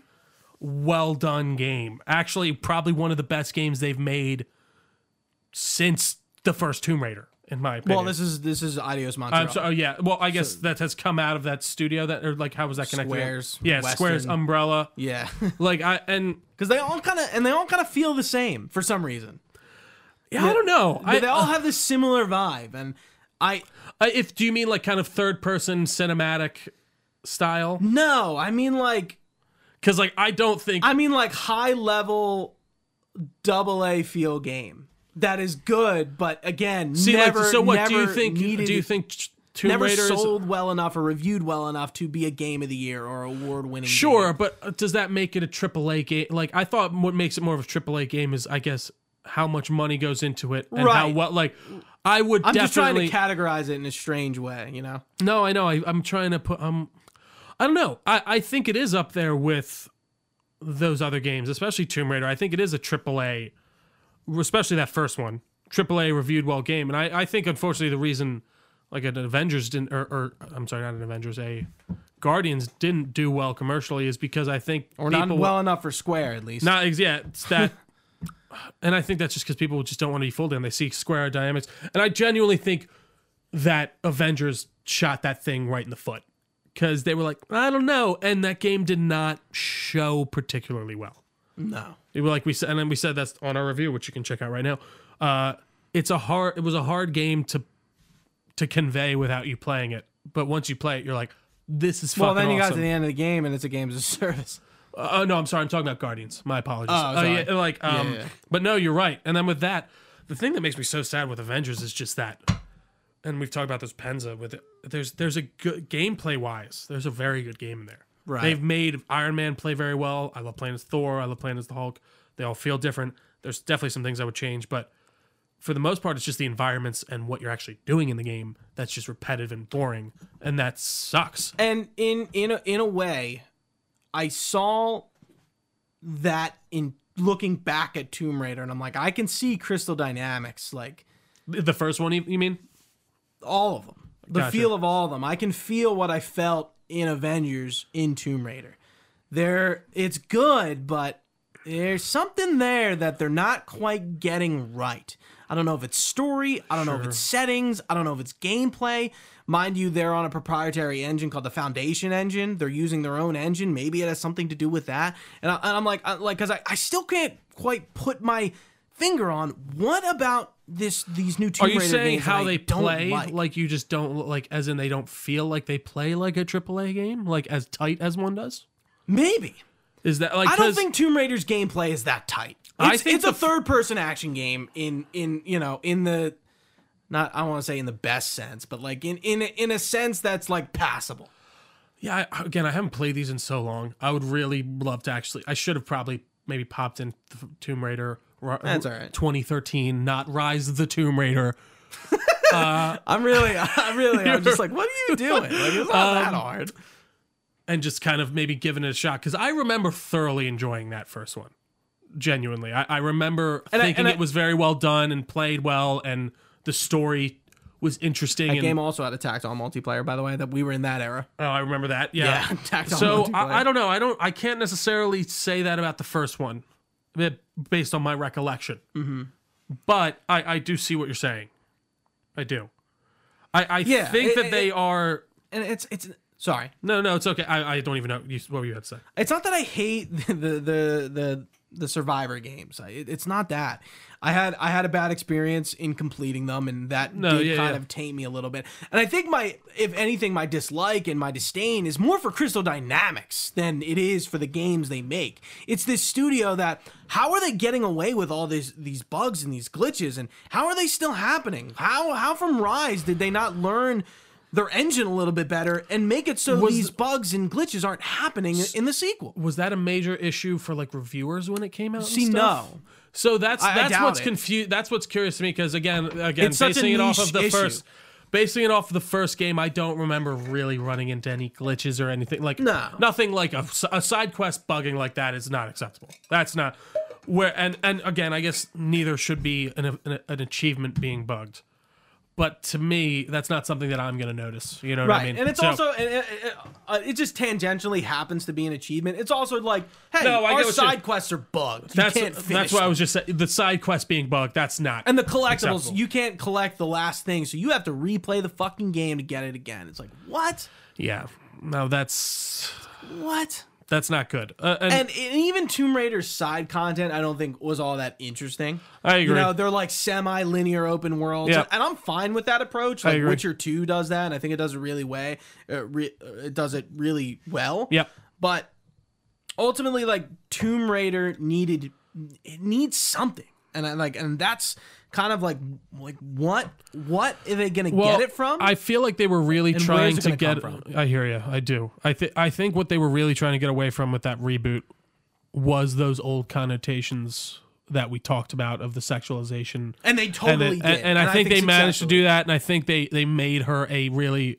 Speaker 2: well done game. Actually, probably one of the best games they've made since the first Tomb Raider, in my opinion.
Speaker 1: well, this is this is Adios Montreal.
Speaker 2: I'm so, oh yeah. Well, I guess that has come out of that studio that or like how was that connected?
Speaker 1: Squares,
Speaker 2: yeah, Squares
Speaker 1: Western.
Speaker 2: Umbrella.
Speaker 1: Yeah,
Speaker 2: Like I and
Speaker 1: because they all kind of and they all kind of feel the same for some reason.
Speaker 2: yeah, I don't know. I, uh,
Speaker 1: They all have this similar vibe, and I
Speaker 2: I- if do you mean like kind of third person cinematic style?
Speaker 1: no, I mean like
Speaker 2: Because like I don't think
Speaker 1: I mean like high level double A feel game that is good, but again,
Speaker 2: See, like,
Speaker 1: never
Speaker 2: so what do you
Speaker 1: never
Speaker 2: think?
Speaker 1: needed,
Speaker 2: do you think t- Tomb
Speaker 1: never
Speaker 2: Raider is
Speaker 1: sold well enough or reviewed well enough to be a game of the year or award winning?
Speaker 2: sure? But uh, does that make it a AAA game? Like I thought, what makes it more of a AAA game is I guess how much money goes into it and how
Speaker 1: Right.
Speaker 2: well. Like I would
Speaker 1: I'm just trying
Speaker 2: definitely
Speaker 1: to categorize it in a strange way, you know.
Speaker 2: no. I know. I, I'm trying to put. Um, I don't know. I I think it is up there with those other games, especially Tomb Raider. I think it is a AAA, especially that first one. AAA reviewed well game, and I I think unfortunately the reason like an Avengers didn't, or, or I'm sorry, not an Avengers, a Guardians didn't do well commercially is because I think
Speaker 1: Or not well enough for Square, at least.
Speaker 2: not ex- yeah, it's that. and I think that's just because people just don't want to be fooled and they see Square Dynamics. And I genuinely think that Avengers shot that thing right in the foot because they were like, I don't know, and that game did not show particularly well.
Speaker 1: no.
Speaker 2: It was like we said, and then we said that's on our review, which you can check out right now. Uh, it's a hard. It was a hard game to to convey without you playing it, but once you play it, you're like, this is fucking
Speaker 1: Well, then you got
Speaker 2: awesome.
Speaker 1: to the end of the game, and it's a game as a service.
Speaker 2: Oh no, I'm sorry. I'm talking about Guardians. My apologies.
Speaker 1: Oh, sorry.
Speaker 2: yeah, like, um,
Speaker 1: yeah.
Speaker 2: but no, you're right. And then with that, the thing that makes me so sad with Avengers is just that, and we've talked about this Penza with it. There's there's a good gameplay wise. There's a very good game in there.
Speaker 1: Right.
Speaker 2: They've made Iron Man play very well. I love playing as Thor. I love playing as the Hulk. They all feel different. There's definitely some things I would change, but for the most part, it's just the environments and what you're actually doing in the game that's just repetitive and boring, and that sucks.
Speaker 1: And in in a, in a way, I saw that in looking back at Tomb Raider, and I'm like, I can see Crystal Dynamics, like
Speaker 2: The first one, you you mean?
Speaker 1: all of them, the
Speaker 2: Gotcha.
Speaker 1: feel of all of them. I can feel what I felt in Avengers in Tomb Raider. There, it's good, but There's something there that they're not quite getting right. I don't know if it's story. I don't know if it's settings. I don't know if it's gameplay. Mind you, they're on a proprietary engine called the Foundation Engine. They're using their own engine. Maybe it has something to do with that. And, I, and I'm like, I, like, because I, I still can't quite put my finger on what about this these new Tomb
Speaker 2: Are you
Speaker 1: Raider
Speaker 2: saying
Speaker 1: games that
Speaker 2: how
Speaker 1: I
Speaker 2: they
Speaker 1: don't
Speaker 2: play?
Speaker 1: like.
Speaker 2: Like. you just don't like, as in they don't feel like they play like a AAA game, like as tight as one does.
Speaker 1: Maybe.
Speaker 2: Is that like?
Speaker 1: I don't
Speaker 2: 'cause-
Speaker 1: think Tomb Raider's gameplay is that tight. It's,
Speaker 2: I think
Speaker 1: it's
Speaker 2: the
Speaker 1: a
Speaker 2: f-
Speaker 1: third-person action game in in you know in the not I want to say in the best sense, but like in in in a sense that's like passable.
Speaker 2: Yeah, I, again, I haven't played these in so long. I would really love to actually. I should have probably maybe popped in th- Tomb Raider. Ri-
Speaker 1: That's all right.
Speaker 2: 2013, not Rise of the Tomb Raider.
Speaker 1: I'm really I'm really I'm just like what are you doing? Like it's not
Speaker 2: Um,
Speaker 1: that hard.
Speaker 2: and just kind of maybe giving it a shot because I remember thoroughly enjoying that first one. Genuinely, I, I remember
Speaker 1: And I-
Speaker 2: thinking
Speaker 1: and I-
Speaker 2: it was very well done and played well, and the story was interesting.
Speaker 1: The
Speaker 2: And
Speaker 1: game also had a tactile multiplayer, by the way, that we were in that era.
Speaker 2: oh, I remember that. Yeah.
Speaker 1: Yeah, tactile
Speaker 2: so
Speaker 1: multiplayer.
Speaker 2: I, I don't know. I don't. I can't necessarily say that about the first one, b- based on my recollection. Mm-hmm. But I, I do see what you're saying. I do. I, I
Speaker 1: Yeah,
Speaker 2: think
Speaker 1: it-
Speaker 2: that
Speaker 1: it-
Speaker 2: they are.
Speaker 1: And it's it's sorry.
Speaker 2: No, no, it's okay. I, I don't even know you, what you had to say.
Speaker 1: It's not that I hate the the the the, the Survivor games. I, it- it's not that. I had I had a bad experience in completing them, and that
Speaker 2: No,
Speaker 1: did
Speaker 2: yeah,
Speaker 1: kind
Speaker 2: yeah.
Speaker 1: of tame me a little bit. And I think my, if anything, my dislike and my disdain is more for Crystal Dynamics than it is for the games they make. It's this studio that how are they getting away with all these these bugs and these glitches, and how are they still happening? How how from Rise did they not learn? Their engine a little bit better and make it so these bugs and glitches aren't happening in the sequel.
Speaker 2: was that a major issue for like reviewers when it came out?
Speaker 1: See,
Speaker 2: and stuff?
Speaker 1: no.
Speaker 2: So that's
Speaker 1: I
Speaker 2: that's
Speaker 1: doubt
Speaker 2: what's
Speaker 1: it.
Speaker 2: confused. That's what's curious to me because again, again,
Speaker 1: It's such a
Speaker 2: basing it off
Speaker 1: niche
Speaker 2: of the
Speaker 1: issue.
Speaker 2: first, basing it off of the first game, I don't remember really running into any glitches or anything like
Speaker 1: No.
Speaker 2: nothing like a, a side quest bugging like that is not acceptable. That's not where and and again, I guess neither should be an an, an achievement being bugged. But to me, that's not something that I'm going to notice. You know what
Speaker 1: Right,
Speaker 2: I mean?
Speaker 1: and it's
Speaker 2: So-
Speaker 1: also and it, it- uh, it just tangentially happens to be an achievement. It's also like, hey,
Speaker 2: No, I get
Speaker 1: our
Speaker 2: what you-
Speaker 1: side quests are bugged.
Speaker 2: that's
Speaker 1: you can't finish
Speaker 2: that's why I
Speaker 1: them.
Speaker 2: was just saying the side quest being bugged. That's not
Speaker 1: And the collectibles,
Speaker 2: acceptable.
Speaker 1: you can't collect the last thing, so you have to replay the fucking game to get it again. It's like what,
Speaker 2: Yeah. No, that's
Speaker 1: what?
Speaker 2: that's not good. Uh, and,
Speaker 1: And, and even Tomb Raider's side content, I don't think was all that interesting.
Speaker 2: I agree.
Speaker 1: You know, they're like semi-linear open worlds,
Speaker 2: Yeah.
Speaker 1: and I'm fine with that approach. Like
Speaker 2: agree.
Speaker 1: Witcher Two does that, and I think it does it really way. uh, re- uh, it does it really well.
Speaker 2: Yep.
Speaker 1: But ultimately, like Tomb Raider needed it needs something, and I like, and that's kind of like like what what are they gonna
Speaker 2: well,
Speaker 1: get it from?
Speaker 2: I feel like they were really
Speaker 1: where's
Speaker 2: trying
Speaker 1: it gonna
Speaker 2: to get.
Speaker 1: come
Speaker 2: I hear you. I do. I think I think what they were really trying to get away from with that reboot was those old connotations that we talked about of the sexualization.
Speaker 1: and they
Speaker 2: And,
Speaker 1: totally
Speaker 2: it-
Speaker 1: did.
Speaker 2: and- and I, think, they managed to
Speaker 1: successfully.
Speaker 2: do that, and I think they they made her a really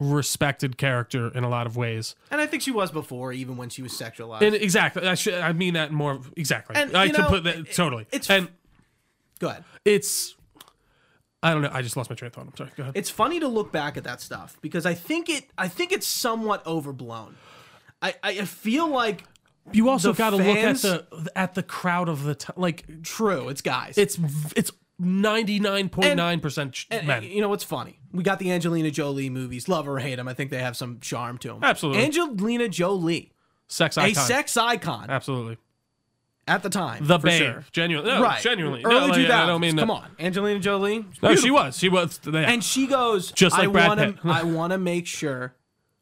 Speaker 2: respected character in a lot of ways.
Speaker 1: And I think she was before, even when she was sexualized.
Speaker 2: And exactly, I should I mean that more exactly.
Speaker 1: And,
Speaker 2: I
Speaker 1: you
Speaker 2: can
Speaker 1: know,
Speaker 2: put that totally.
Speaker 1: it's-
Speaker 2: and
Speaker 1: Go ahead.
Speaker 2: it's I don't know. I just lost my train of thought. I'm sorry. Go ahead.
Speaker 1: it's funny to look back at that stuff because I think it I think it's somewhat overblown. I, I feel like
Speaker 2: You also
Speaker 1: the
Speaker 2: got to look at
Speaker 1: fans-
Speaker 2: the at the crowd of the t- like.
Speaker 1: true, it's guys.
Speaker 2: It's v- it's ninety nine point nine percent
Speaker 1: And,
Speaker 2: men.
Speaker 1: Eh, You know what's funny? We got the Angelina Jolie movies, love or hate them. I think they have some charm to them.
Speaker 2: Absolutely.
Speaker 1: Angelina Jolie,
Speaker 2: sex
Speaker 1: a
Speaker 2: icon.
Speaker 1: sex icon
Speaker 2: Absolutely.
Speaker 1: at the time,
Speaker 2: The
Speaker 1: for
Speaker 2: babe.
Speaker 1: sure.
Speaker 2: Genuinely. No,
Speaker 1: right?
Speaker 2: Genuinely.
Speaker 1: early
Speaker 2: no, like,
Speaker 1: 2000s.
Speaker 2: I don't mean.
Speaker 1: Come
Speaker 2: that-
Speaker 1: on, Angelina Jolie.
Speaker 2: No, she
Speaker 1: beautiful.
Speaker 2: was. She was. yeah.
Speaker 1: And she goes,
Speaker 2: Just like
Speaker 1: I
Speaker 2: Brad
Speaker 1: wanna,
Speaker 2: Pitt."
Speaker 1: I want to make sure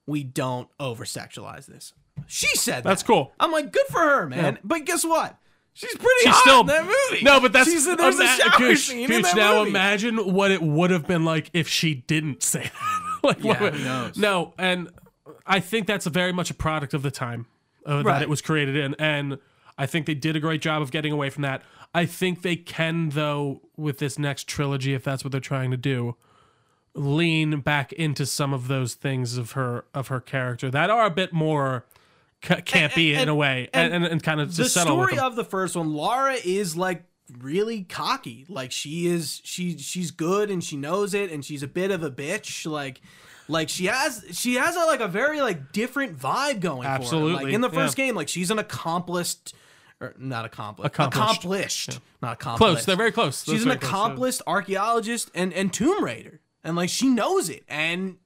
Speaker 1: we don't over sexualize this. She said
Speaker 2: That's
Speaker 1: that.
Speaker 2: cool.
Speaker 1: I'm like, good for her, man. But guess what? She's pretty
Speaker 2: She's
Speaker 1: hot
Speaker 2: still
Speaker 1: in that movie.
Speaker 2: No, but that's
Speaker 1: She's, there's a
Speaker 2: ima-
Speaker 1: shower
Speaker 2: Gooch,
Speaker 1: scene in
Speaker 2: Gooch,
Speaker 1: that
Speaker 2: now
Speaker 1: movie.
Speaker 2: imagine what it would have been like if she didn't say that. like, what
Speaker 1: Yeah,
Speaker 2: would-
Speaker 1: who knows?
Speaker 2: No, and I think that's very much a product of the time uh,
Speaker 1: Right.
Speaker 2: that it was created in, and I think they did a great job of getting away from that. I think they can, though, with this next trilogy, if that's what they're trying to do, lean back into some of those things of her of her character that are a bit more ca- campy in
Speaker 1: and-
Speaker 2: a way, and,
Speaker 1: and
Speaker 2: and, and kind of
Speaker 1: the
Speaker 2: just settle with
Speaker 1: story
Speaker 2: them.
Speaker 1: of the first one, Laura is like really cocky. Like she is she she's good and she knows it and she's a bit of a bitch. Like like she has she has a, like a very like different vibe going for her. Like
Speaker 2: Absolutely,
Speaker 1: in the
Speaker 2: yeah.
Speaker 1: first game, like she's an accomplished or not accomplished,
Speaker 2: Accomplished.
Speaker 1: accomplished, not accomplished.
Speaker 2: Close. They're very close. Those
Speaker 1: She's an
Speaker 2: very close, yeah.
Speaker 1: accomplished archaeologist and and tomb raider, and like she knows it, and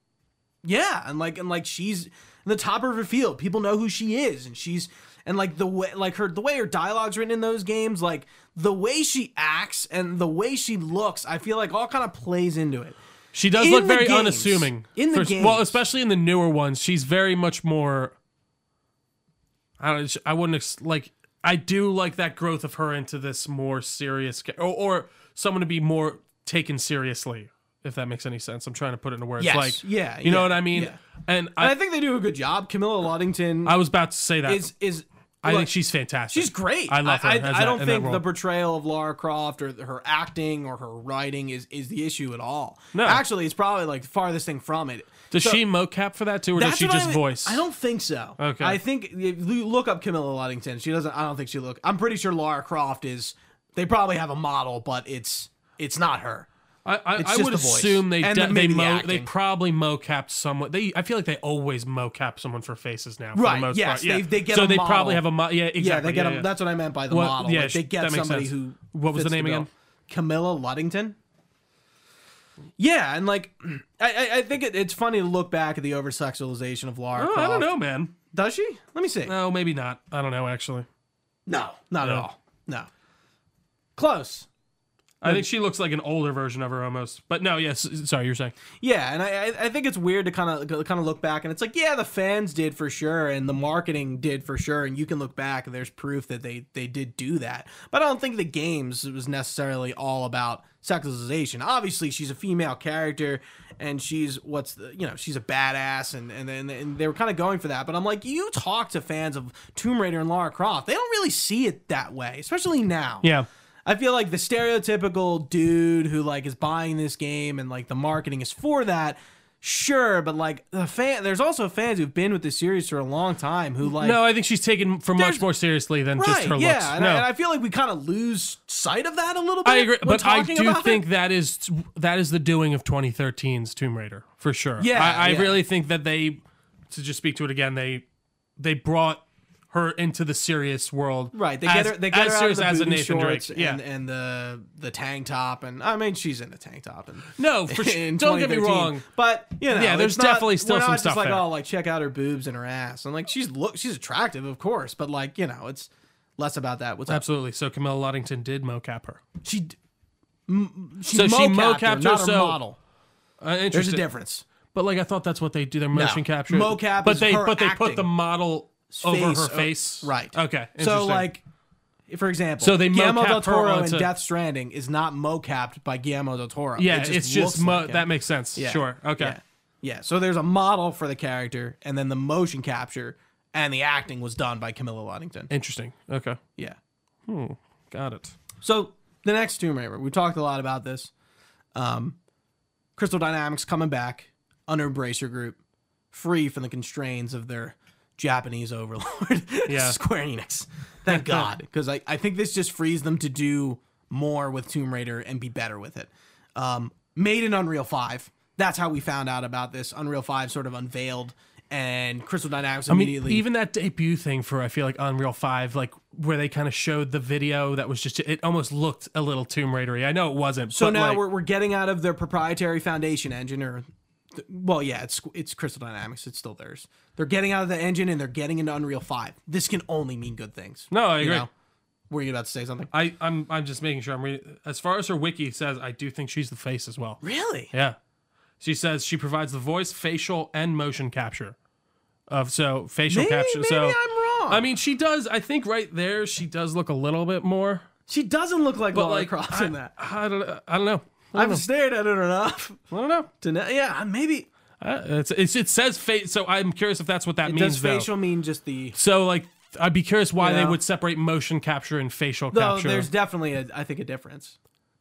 Speaker 1: yeah, and like and like she's in the top of her field. People know who she is, and she's and like the way like her the way her dialogue's written in those games, like the way she acts and the way she looks, I feel like all kind of plays into it.
Speaker 2: She does
Speaker 1: In
Speaker 2: look
Speaker 1: the
Speaker 2: very
Speaker 1: games.
Speaker 2: unassuming.
Speaker 1: In the
Speaker 2: For- Well,
Speaker 1: games.
Speaker 2: especially in the newer ones, she's very much more. I don't. I wouldn't ex- like. I do like that growth of her into this more serious, ca- or, or someone to be more taken seriously. If that makes any sense, I'm trying to put it into words.
Speaker 1: Yes.
Speaker 2: Like,
Speaker 1: Yeah,
Speaker 2: you know
Speaker 1: yeah,
Speaker 2: what I mean.
Speaker 1: yeah. And
Speaker 2: And
Speaker 1: I,
Speaker 2: I,
Speaker 1: think they do a good job. Camilla Luddington
Speaker 2: I was about to say that.
Speaker 1: is is
Speaker 2: I
Speaker 1: look,
Speaker 2: think she's fantastic.
Speaker 1: She's great.
Speaker 2: I love her.
Speaker 1: I,
Speaker 2: as that-
Speaker 1: don't
Speaker 2: in that
Speaker 1: think the
Speaker 2: role.
Speaker 1: portrayal of Lara Croft or her acting or her writing is is the issue at all.
Speaker 2: No.
Speaker 1: actually, it's probably like the farthest thing from it.
Speaker 2: does
Speaker 1: so-
Speaker 2: she mocap for that too, or does she
Speaker 1: what
Speaker 2: just
Speaker 1: I,
Speaker 2: voice?
Speaker 1: I don't think so.
Speaker 2: Okay.
Speaker 1: I think if you look up Camilla Luddington. She doesn't. I don't think she look. I'm pretty sure Lara Croft is. They probably have a model, but it's it's not her.
Speaker 2: I, I, I
Speaker 1: just
Speaker 2: would
Speaker 1: the voice.
Speaker 2: assume they
Speaker 1: And
Speaker 2: de-
Speaker 1: then
Speaker 2: they
Speaker 1: maybe the
Speaker 2: mo-
Speaker 1: acting.
Speaker 2: they probably mocapped someone. They I feel like they always mocap someone for faces now. For
Speaker 1: Right,
Speaker 2: The most
Speaker 1: yes,
Speaker 2: part. Yeah.
Speaker 1: they- they get
Speaker 2: so
Speaker 1: a
Speaker 2: they
Speaker 1: model.
Speaker 2: probably have a mo- yeah exactly.
Speaker 1: Yeah, they get.
Speaker 2: yeah,
Speaker 1: a, That's what I meant by the
Speaker 2: Well,
Speaker 1: model.
Speaker 2: yeah,
Speaker 1: like they
Speaker 2: sh-
Speaker 1: get
Speaker 2: that makes
Speaker 1: somebody
Speaker 2: sense.
Speaker 1: who.
Speaker 2: What was the
Speaker 1: fits
Speaker 2: name
Speaker 1: bill.
Speaker 2: again?
Speaker 1: Camilla Luddington. Yeah, and like, I I, I think it, it's funny to look back at the over sexualization of Lara.
Speaker 2: Oh, I
Speaker 1: Croft.
Speaker 2: don't know, man.
Speaker 1: Does she? Let me see.
Speaker 2: No, maybe not. I don't know actually.
Speaker 1: No, not at
Speaker 2: No.
Speaker 1: all. No. Close.
Speaker 2: I think she looks like an older version of her almost. But no, yes. Sorry, you're saying.
Speaker 1: Yeah, and I I- I think it's weird to kind of kind of look back and it's like yeah the fans did for sure and the marketing did for sure and you can look back and there's proof that they they did do that. But I don't think the games was necessarily all about sexualization. Obviously, she's a female character and she's what's the you know she's a badass and and and, and they were kind of going for that. But I'm like you talk to fans of Tomb Raider and Lara Croft, they don't really see it that way, especially now.
Speaker 2: Yeah.
Speaker 1: I feel like the stereotypical dude who like is buying this game and like the marketing is for that. Sure, but like the fan, there's also fans who've been with the series for a long time who like
Speaker 2: No, I think she's taken for much
Speaker 1: There's-
Speaker 2: more seriously than
Speaker 1: right,
Speaker 2: just her
Speaker 1: yeah,
Speaker 2: looks.
Speaker 1: and,
Speaker 2: no,
Speaker 1: I, and I feel like we kind of lose sight of that a little bit.
Speaker 2: I agree,
Speaker 1: when
Speaker 2: but I
Speaker 1: talking
Speaker 2: do
Speaker 1: about it.
Speaker 2: think that is that is the doing of 2013's Tomb Raider for sure.
Speaker 1: Yeah,
Speaker 2: I, I
Speaker 1: yeah.
Speaker 2: really think that they, to just speak to it again, they they brought her into the serious world.
Speaker 1: right. They
Speaker 2: as,
Speaker 1: get her, they get
Speaker 2: as
Speaker 1: her out of
Speaker 2: serious
Speaker 1: the
Speaker 2: as a
Speaker 1: booty
Speaker 2: Nathan
Speaker 1: shorts
Speaker 2: Drake. Yeah,
Speaker 1: and, and the the tank top, and I mean she's in the tank top and.
Speaker 2: no, for sure.
Speaker 1: in
Speaker 2: Don't get me
Speaker 1: 2013.
Speaker 2: wrong.
Speaker 1: but you know,
Speaker 2: Yeah, there's
Speaker 1: it's not-
Speaker 2: definitely still
Speaker 1: we're not
Speaker 2: some
Speaker 1: just
Speaker 2: stuff
Speaker 1: Like,
Speaker 2: there.
Speaker 1: oh, like check out her boobs and her ass, and like she's look, she's attractive, of course, but like you know, it's less about that. What's up?
Speaker 2: Absolutely. So Camilla Luddington did mocap her.
Speaker 1: She, d- m- she
Speaker 2: So she
Speaker 1: mocapped her,
Speaker 2: mocapped her,
Speaker 1: not her
Speaker 2: so-
Speaker 1: model.
Speaker 2: Uh,
Speaker 1: There's a
Speaker 2: interesting.
Speaker 1: difference.
Speaker 2: But like I thought that's what they do. Their motion capture.
Speaker 1: Mocap
Speaker 2: But
Speaker 1: is
Speaker 2: they
Speaker 1: her
Speaker 2: but they
Speaker 1: acting.
Speaker 2: put the model
Speaker 1: Face,
Speaker 2: over her
Speaker 1: uh,
Speaker 2: face.
Speaker 1: right.
Speaker 2: Okay.
Speaker 1: So
Speaker 2: interesting.
Speaker 1: like, for example,
Speaker 2: So they
Speaker 1: Guillermo
Speaker 2: mocap
Speaker 1: del
Speaker 2: her
Speaker 1: Toro in
Speaker 2: onto-
Speaker 1: Death Stranding is not mocapped by Guillermo del Toro.
Speaker 2: yeah,
Speaker 1: It
Speaker 2: it's just
Speaker 1: looks
Speaker 2: mo-
Speaker 1: like it.
Speaker 2: that makes sense.
Speaker 1: Yeah.
Speaker 2: Sure. Okay.
Speaker 1: Yeah. Yeah. So there's a model for the character, and then the motion capture and the acting was done by Camilla Luddington.
Speaker 2: Interesting. Okay.
Speaker 1: Yeah.
Speaker 2: Got it.
Speaker 1: So the next Tomb Raider, we talked a lot about this. Um, Crystal Dynamics coming back under Embracer Group, free from the constraints of their Japanese overlord,
Speaker 2: Yeah.
Speaker 1: Square Enix. Thank God, because I, I think this just frees them to do more with Tomb Raider and be better with it. Um, made in Unreal 5. That's how we found out about this. Unreal 5 sort of unveiled, and Crystal Dynamics
Speaker 2: I mean,
Speaker 1: immediately.
Speaker 2: even that debut thing for I feel like Unreal Five, like where they kind of showed the video that was just it almost looked a little Tomb Raidery. I know it wasn't.
Speaker 1: So
Speaker 2: but
Speaker 1: now
Speaker 2: like,
Speaker 1: we're, we're getting out of their proprietary foundation engine, or th- well, yeah, it's it's Crystal Dynamics. It's still theirs. They're getting out of the engine and they're getting into Unreal Five. This can only mean good things.
Speaker 2: no, I
Speaker 1: You
Speaker 2: agree.
Speaker 1: know? Were you about to say something?
Speaker 2: I I'm I'm just making sure I'm reading. As far as her wiki says, I do think she's the face as well.
Speaker 1: Really?
Speaker 2: Yeah, she says she provides the voice, facial, and motion capture. Of so facial
Speaker 1: Maybe,
Speaker 2: capture.
Speaker 1: maybe
Speaker 2: so
Speaker 1: I'm wrong.
Speaker 2: I mean, she does. I think right there, she does look a little bit more.
Speaker 1: she doesn't look like Lara
Speaker 2: like,
Speaker 1: Croft
Speaker 2: I,
Speaker 1: in that.
Speaker 2: I don't. I don't know.
Speaker 1: I've stared at her enough
Speaker 2: I don't know.
Speaker 1: to know. Yeah, maybe
Speaker 2: Uh, it's, it's, it says face. So I'm curious if that's what that means.
Speaker 1: does
Speaker 2: though.
Speaker 1: facial mean just the?
Speaker 2: So like I'd be curious why
Speaker 1: You
Speaker 2: they
Speaker 1: know?
Speaker 2: would separate motion capture and facial
Speaker 1: Though
Speaker 2: capture
Speaker 1: there's definitely a, I think a difference.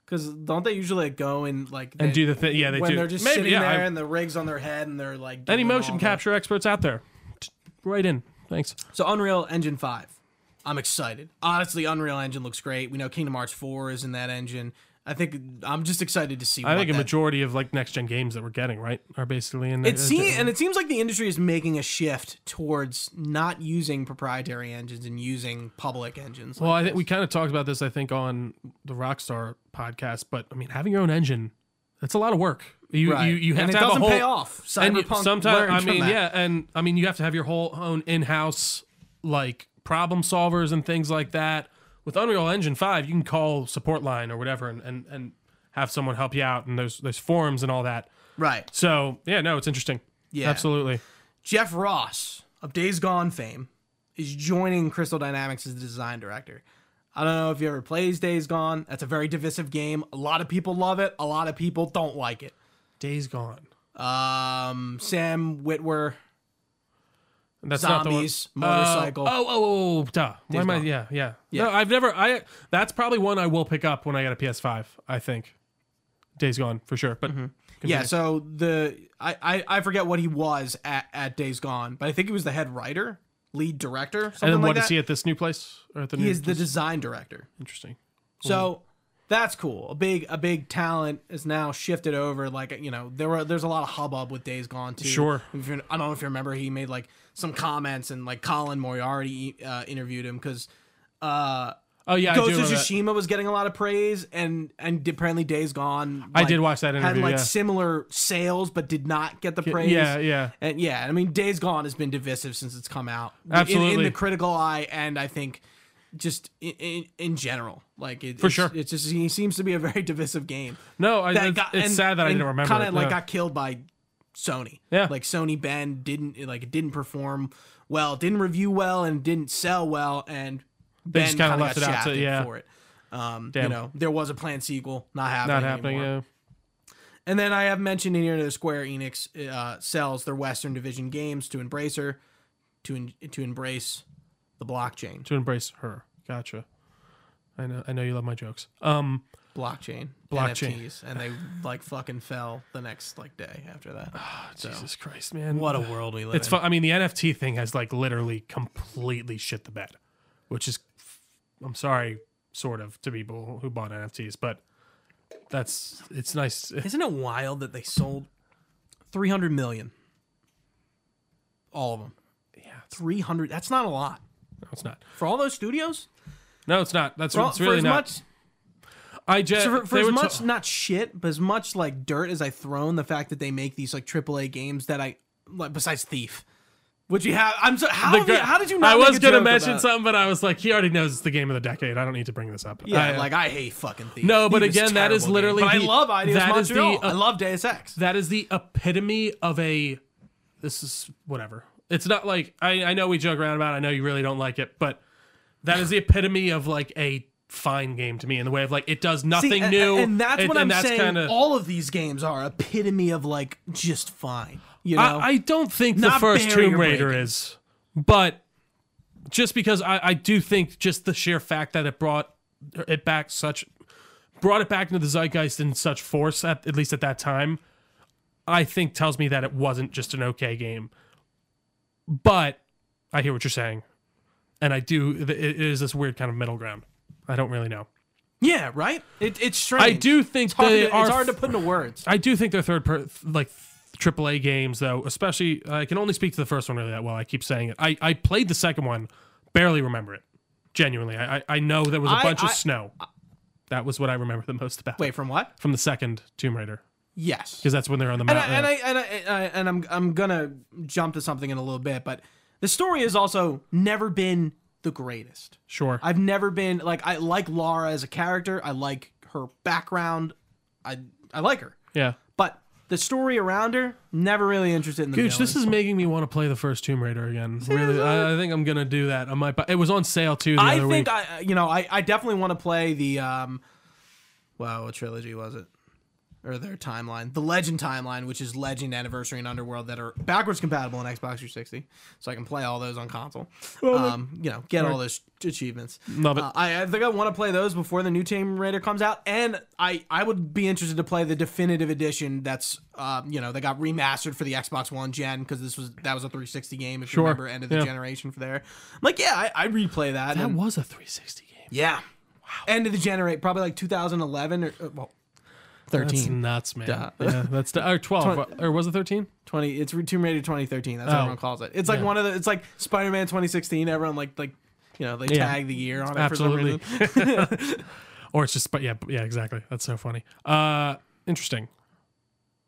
Speaker 1: Because don't they usually go in like
Speaker 2: and do the thing. Yeah, they
Speaker 1: when
Speaker 2: do.
Speaker 1: they're just
Speaker 2: Maybe,
Speaker 1: sitting
Speaker 2: yeah,
Speaker 1: there
Speaker 2: I-
Speaker 1: and the rigs on their head and they're like
Speaker 2: any
Speaker 1: doing
Speaker 2: motion
Speaker 1: all the-
Speaker 2: capture experts out there, Just right in. Thanks.
Speaker 1: So Unreal Engine 5. I'm excited. Honestly, Unreal Engine looks great. We know Kingdom Hearts 4 is in that engine. I think I'm just excited to see.
Speaker 2: I think
Speaker 1: what
Speaker 2: a
Speaker 1: that-
Speaker 2: majority of like next gen games that we're getting right are basically in. uh,
Speaker 1: It seems, and it seems like the industry is making a shift towards not using proprietary engines and using public engines.
Speaker 2: well, I think we kind of talked about this. I think on the Rockstar podcast, but I mean, having your own engine, that's a lot of work. You
Speaker 1: Right.
Speaker 2: you, you have
Speaker 1: and
Speaker 2: to
Speaker 1: it
Speaker 2: have
Speaker 1: doesn't
Speaker 2: a whole,
Speaker 1: pay off.
Speaker 2: and you-
Speaker 1: Cyberpunk
Speaker 2: sometime-
Speaker 1: learned
Speaker 2: I
Speaker 1: from
Speaker 2: mean,
Speaker 1: that.
Speaker 2: yeah, and I mean, you have to have your whole own in-house like problem solvers and things like that. With Unreal Engine Five, you can call support line or whatever, and and, and have someone help you out. And there's there's forums and all that.
Speaker 1: right.
Speaker 2: So yeah, no, it's interesting.
Speaker 1: Yeah.
Speaker 2: absolutely.
Speaker 1: Jeff Ross of Days Gone fame is joining Crystal Dynamics as the design director. I don't know if you ever plays Days Gone. That's a very divisive game. A lot of people love it. A lot of people don't like it.
Speaker 2: Days Gone.
Speaker 1: Um, Sam Witwer,
Speaker 2: That's
Speaker 1: Zombies,
Speaker 2: not the one.
Speaker 1: motorcycle.
Speaker 2: Uh, oh, oh, oh, duh. Why am I?
Speaker 1: Gone.
Speaker 2: Yeah, yeah,
Speaker 1: Yeah.
Speaker 2: No, I've never. I. That's probably one I will pick up when I get a PS5. I think. Days Gone for sure,
Speaker 1: Mm-hmm.
Speaker 2: but
Speaker 1: Yeah, so the I, I I forget what he was at at Days Gone, but I think he was the head writer, lead director, something
Speaker 2: and then
Speaker 1: like
Speaker 2: what
Speaker 1: that.
Speaker 2: is he at this new place or at the
Speaker 1: he
Speaker 2: new?
Speaker 1: is the design director.
Speaker 2: interesting.
Speaker 1: So that's cool. A big a big talent is now shifted over. Like you know, there were there's a lot of hubbub with Days Gone too.
Speaker 2: Sure.
Speaker 1: If you I don't know if you remember, he made like some comments and like Colin Moriarty uh, interviewed him because uh,
Speaker 2: Oh yeah, I do
Speaker 1: Ghost of
Speaker 2: remember that.
Speaker 1: Tsushima was getting a lot of praise and and apparently Days Gone.
Speaker 2: I
Speaker 1: like,
Speaker 2: did watch that
Speaker 1: Had
Speaker 2: interview.
Speaker 1: like
Speaker 2: yeah.
Speaker 1: similar sales, but did not get the praise.
Speaker 2: yeah, yeah.
Speaker 1: And yeah, I mean, Days Gone has been divisive since it's come out. In- In,
Speaker 2: Absolutely.
Speaker 1: the critical eye, and I think just in, in, in general. Like, it,
Speaker 2: For
Speaker 1: it's-
Speaker 2: sure.
Speaker 1: It's just, it seems to be a very divisive game.
Speaker 2: No, I,
Speaker 1: That
Speaker 2: it's,
Speaker 1: got-
Speaker 2: it's
Speaker 1: and-
Speaker 2: sad that I
Speaker 1: and
Speaker 2: didn't remember.
Speaker 1: Kind
Speaker 2: it,
Speaker 1: of like
Speaker 2: yeah.
Speaker 1: got killed by Sony.
Speaker 2: Yeah.
Speaker 1: Like, Sony Ben didn't, like, it didn't perform well, didn't review well, and didn't sell well, and Ben
Speaker 2: just
Speaker 1: kind
Speaker 2: kinda
Speaker 1: of
Speaker 2: left
Speaker 1: got
Speaker 2: it out to-
Speaker 1: shafted
Speaker 2: yeah.
Speaker 1: for it. Um, you
Speaker 2: Damn.
Speaker 1: know, there was a planned sequel, not happening.
Speaker 2: not happening.
Speaker 1: anymore.
Speaker 2: Yeah.
Speaker 1: And then I have mentioned in here that Square Enix uh, sells their Western Division games to Embracer to en- to embrace the blockchain.
Speaker 2: To embrace her. Gotcha. I know. I know you love my jokes. Um.
Speaker 1: Blockchain.
Speaker 2: Blockchain.
Speaker 1: NFTs, and they like fucking fell the next like day after that. So,
Speaker 2: Jesus Christ, man.
Speaker 1: what a world we live
Speaker 2: It's
Speaker 1: in.
Speaker 2: fun. I mean, the NFT thing has like literally completely shit the bed, which is, I'm sorry, sort of to people who bought NFTs, but that's it's nice.
Speaker 1: Isn't it wild that they sold 300 million? All of them.
Speaker 2: Yeah,
Speaker 1: 300. That's not a lot.
Speaker 2: no, it's not.
Speaker 1: For all those studios?
Speaker 2: No, it's not. That's
Speaker 1: For, all-
Speaker 2: it's
Speaker 1: for
Speaker 2: really
Speaker 1: as
Speaker 2: not.
Speaker 1: much
Speaker 2: I just
Speaker 1: So for, for
Speaker 2: they
Speaker 1: as
Speaker 2: were ta-
Speaker 1: much not shit, but as much like dirt as I thrown the fact that they make these like AAA games that I like besides Thief, which you have. I'm so how,
Speaker 2: the
Speaker 1: did,
Speaker 2: gr-
Speaker 1: how did you not?
Speaker 2: I
Speaker 1: make
Speaker 2: was
Speaker 1: a
Speaker 2: gonna
Speaker 1: joke
Speaker 2: mention
Speaker 1: about-
Speaker 2: something, but I was like, he already knows it's the game of the decade. I don't need to bring this up.
Speaker 1: Yeah,
Speaker 2: I-
Speaker 1: like I hate fucking Thief.
Speaker 2: No, but
Speaker 1: Thief is
Speaker 2: again, that
Speaker 1: terrible
Speaker 2: is
Speaker 1: game.
Speaker 2: literally
Speaker 1: But
Speaker 2: the-
Speaker 1: I love Ideas
Speaker 2: that is the,
Speaker 1: Montreal. I
Speaker 2: uh,
Speaker 1: love Deus Ex.
Speaker 2: that is the epitome of a this is whatever it's not like I, I know we joke around about it, i know you really don't like it but that is the epitome of like a fine game to me in the way of like it does nothing
Speaker 1: See, and-
Speaker 2: new
Speaker 1: and, that's
Speaker 2: and-
Speaker 1: what
Speaker 2: and
Speaker 1: I'm
Speaker 2: that's
Speaker 1: saying.
Speaker 2: kinda-
Speaker 1: all of these games are epitome of like just fine. You know,
Speaker 2: I, I don't think the
Speaker 1: Not
Speaker 2: first
Speaker 1: barrier
Speaker 2: tomb raider
Speaker 1: breaking.
Speaker 2: is but just because I, I do think just the sheer fact that it brought it back such brought it back into the zeitgeist in such force at, at least at that time i think tells me that it wasn't just an okay game but i hear what you're saying and i do it it is this weird kind of middle ground i don't really know
Speaker 1: yeah, right. It, it's strange.
Speaker 2: i do think
Speaker 1: It's hard,
Speaker 2: they
Speaker 1: to,
Speaker 2: are
Speaker 1: it's hard to put into words.
Speaker 2: I do think they're third per like AAA games though. Especially, I can only speak to the first one really that well. I keep saying it. I, I played the second one, barely remember it. Genuinely, I I- I know there was a
Speaker 1: I-
Speaker 2: bunch of
Speaker 1: I-
Speaker 2: snow. That was what I remember the most about.
Speaker 1: Wait, from what?
Speaker 2: from the second Tomb Raider
Speaker 1: Yes.
Speaker 2: because that's when they're on the Uh,
Speaker 1: and
Speaker 2: mountain.
Speaker 1: I, and I and I and I and I'm I'm gonna jump to something in a little bit, but the story has also never been the greatest.
Speaker 2: sure,
Speaker 1: I've never been like I like Lara as a character. I like her background. I I like her,
Speaker 2: yeah.
Speaker 1: but the story around her never really interested in the.
Speaker 2: Gooch, this
Speaker 1: villain.
Speaker 2: is making me want to play the first Tomb Raider again. Really, I, I think I'm gonna do that. I might. Buy, it was on sale too the
Speaker 1: I
Speaker 2: other
Speaker 1: think
Speaker 2: week.
Speaker 1: I you know I I definitely want to play the um, wow, what trilogy was it? Or their timeline, the Legend timeline, which is Legend, Anniversary, and Underworld, that are backwards compatible on Xbox 360, so I can play all those on console. Um, you know, get all those achievements.
Speaker 2: Love it.
Speaker 1: Uh, I, I think I want to play those before the new Tomb Raider comes out, and I I would be interested to play the definitive edition. That's um, you know, that got remastered for the Xbox One gen because this was that was a 360 game. If
Speaker 2: Sure.
Speaker 1: you remember, end of the
Speaker 2: Yeah.
Speaker 1: generation for there. I'm like, yeah, I, I replay that.
Speaker 2: that
Speaker 1: and-
Speaker 2: was a 360 game.
Speaker 1: yeah. End of the generate, probably like 2011 or uh, well, 13.
Speaker 2: That's nuts, man.
Speaker 1: Duh.
Speaker 2: Yeah, that's the, or twelve, or was it thirteen?
Speaker 1: 20 it's Tomb Raider 2013 that's
Speaker 2: Oh.
Speaker 1: what everyone calls it it's like
Speaker 2: Yeah.
Speaker 1: one of the it's like Spider-Man 2016 everyone like like you know they
Speaker 2: Yeah.
Speaker 1: tag the year on it
Speaker 2: Absolutely.
Speaker 1: for some reason
Speaker 2: Or it's just, but yeah, yeah, exactly. That's so funny. Uh, interesting.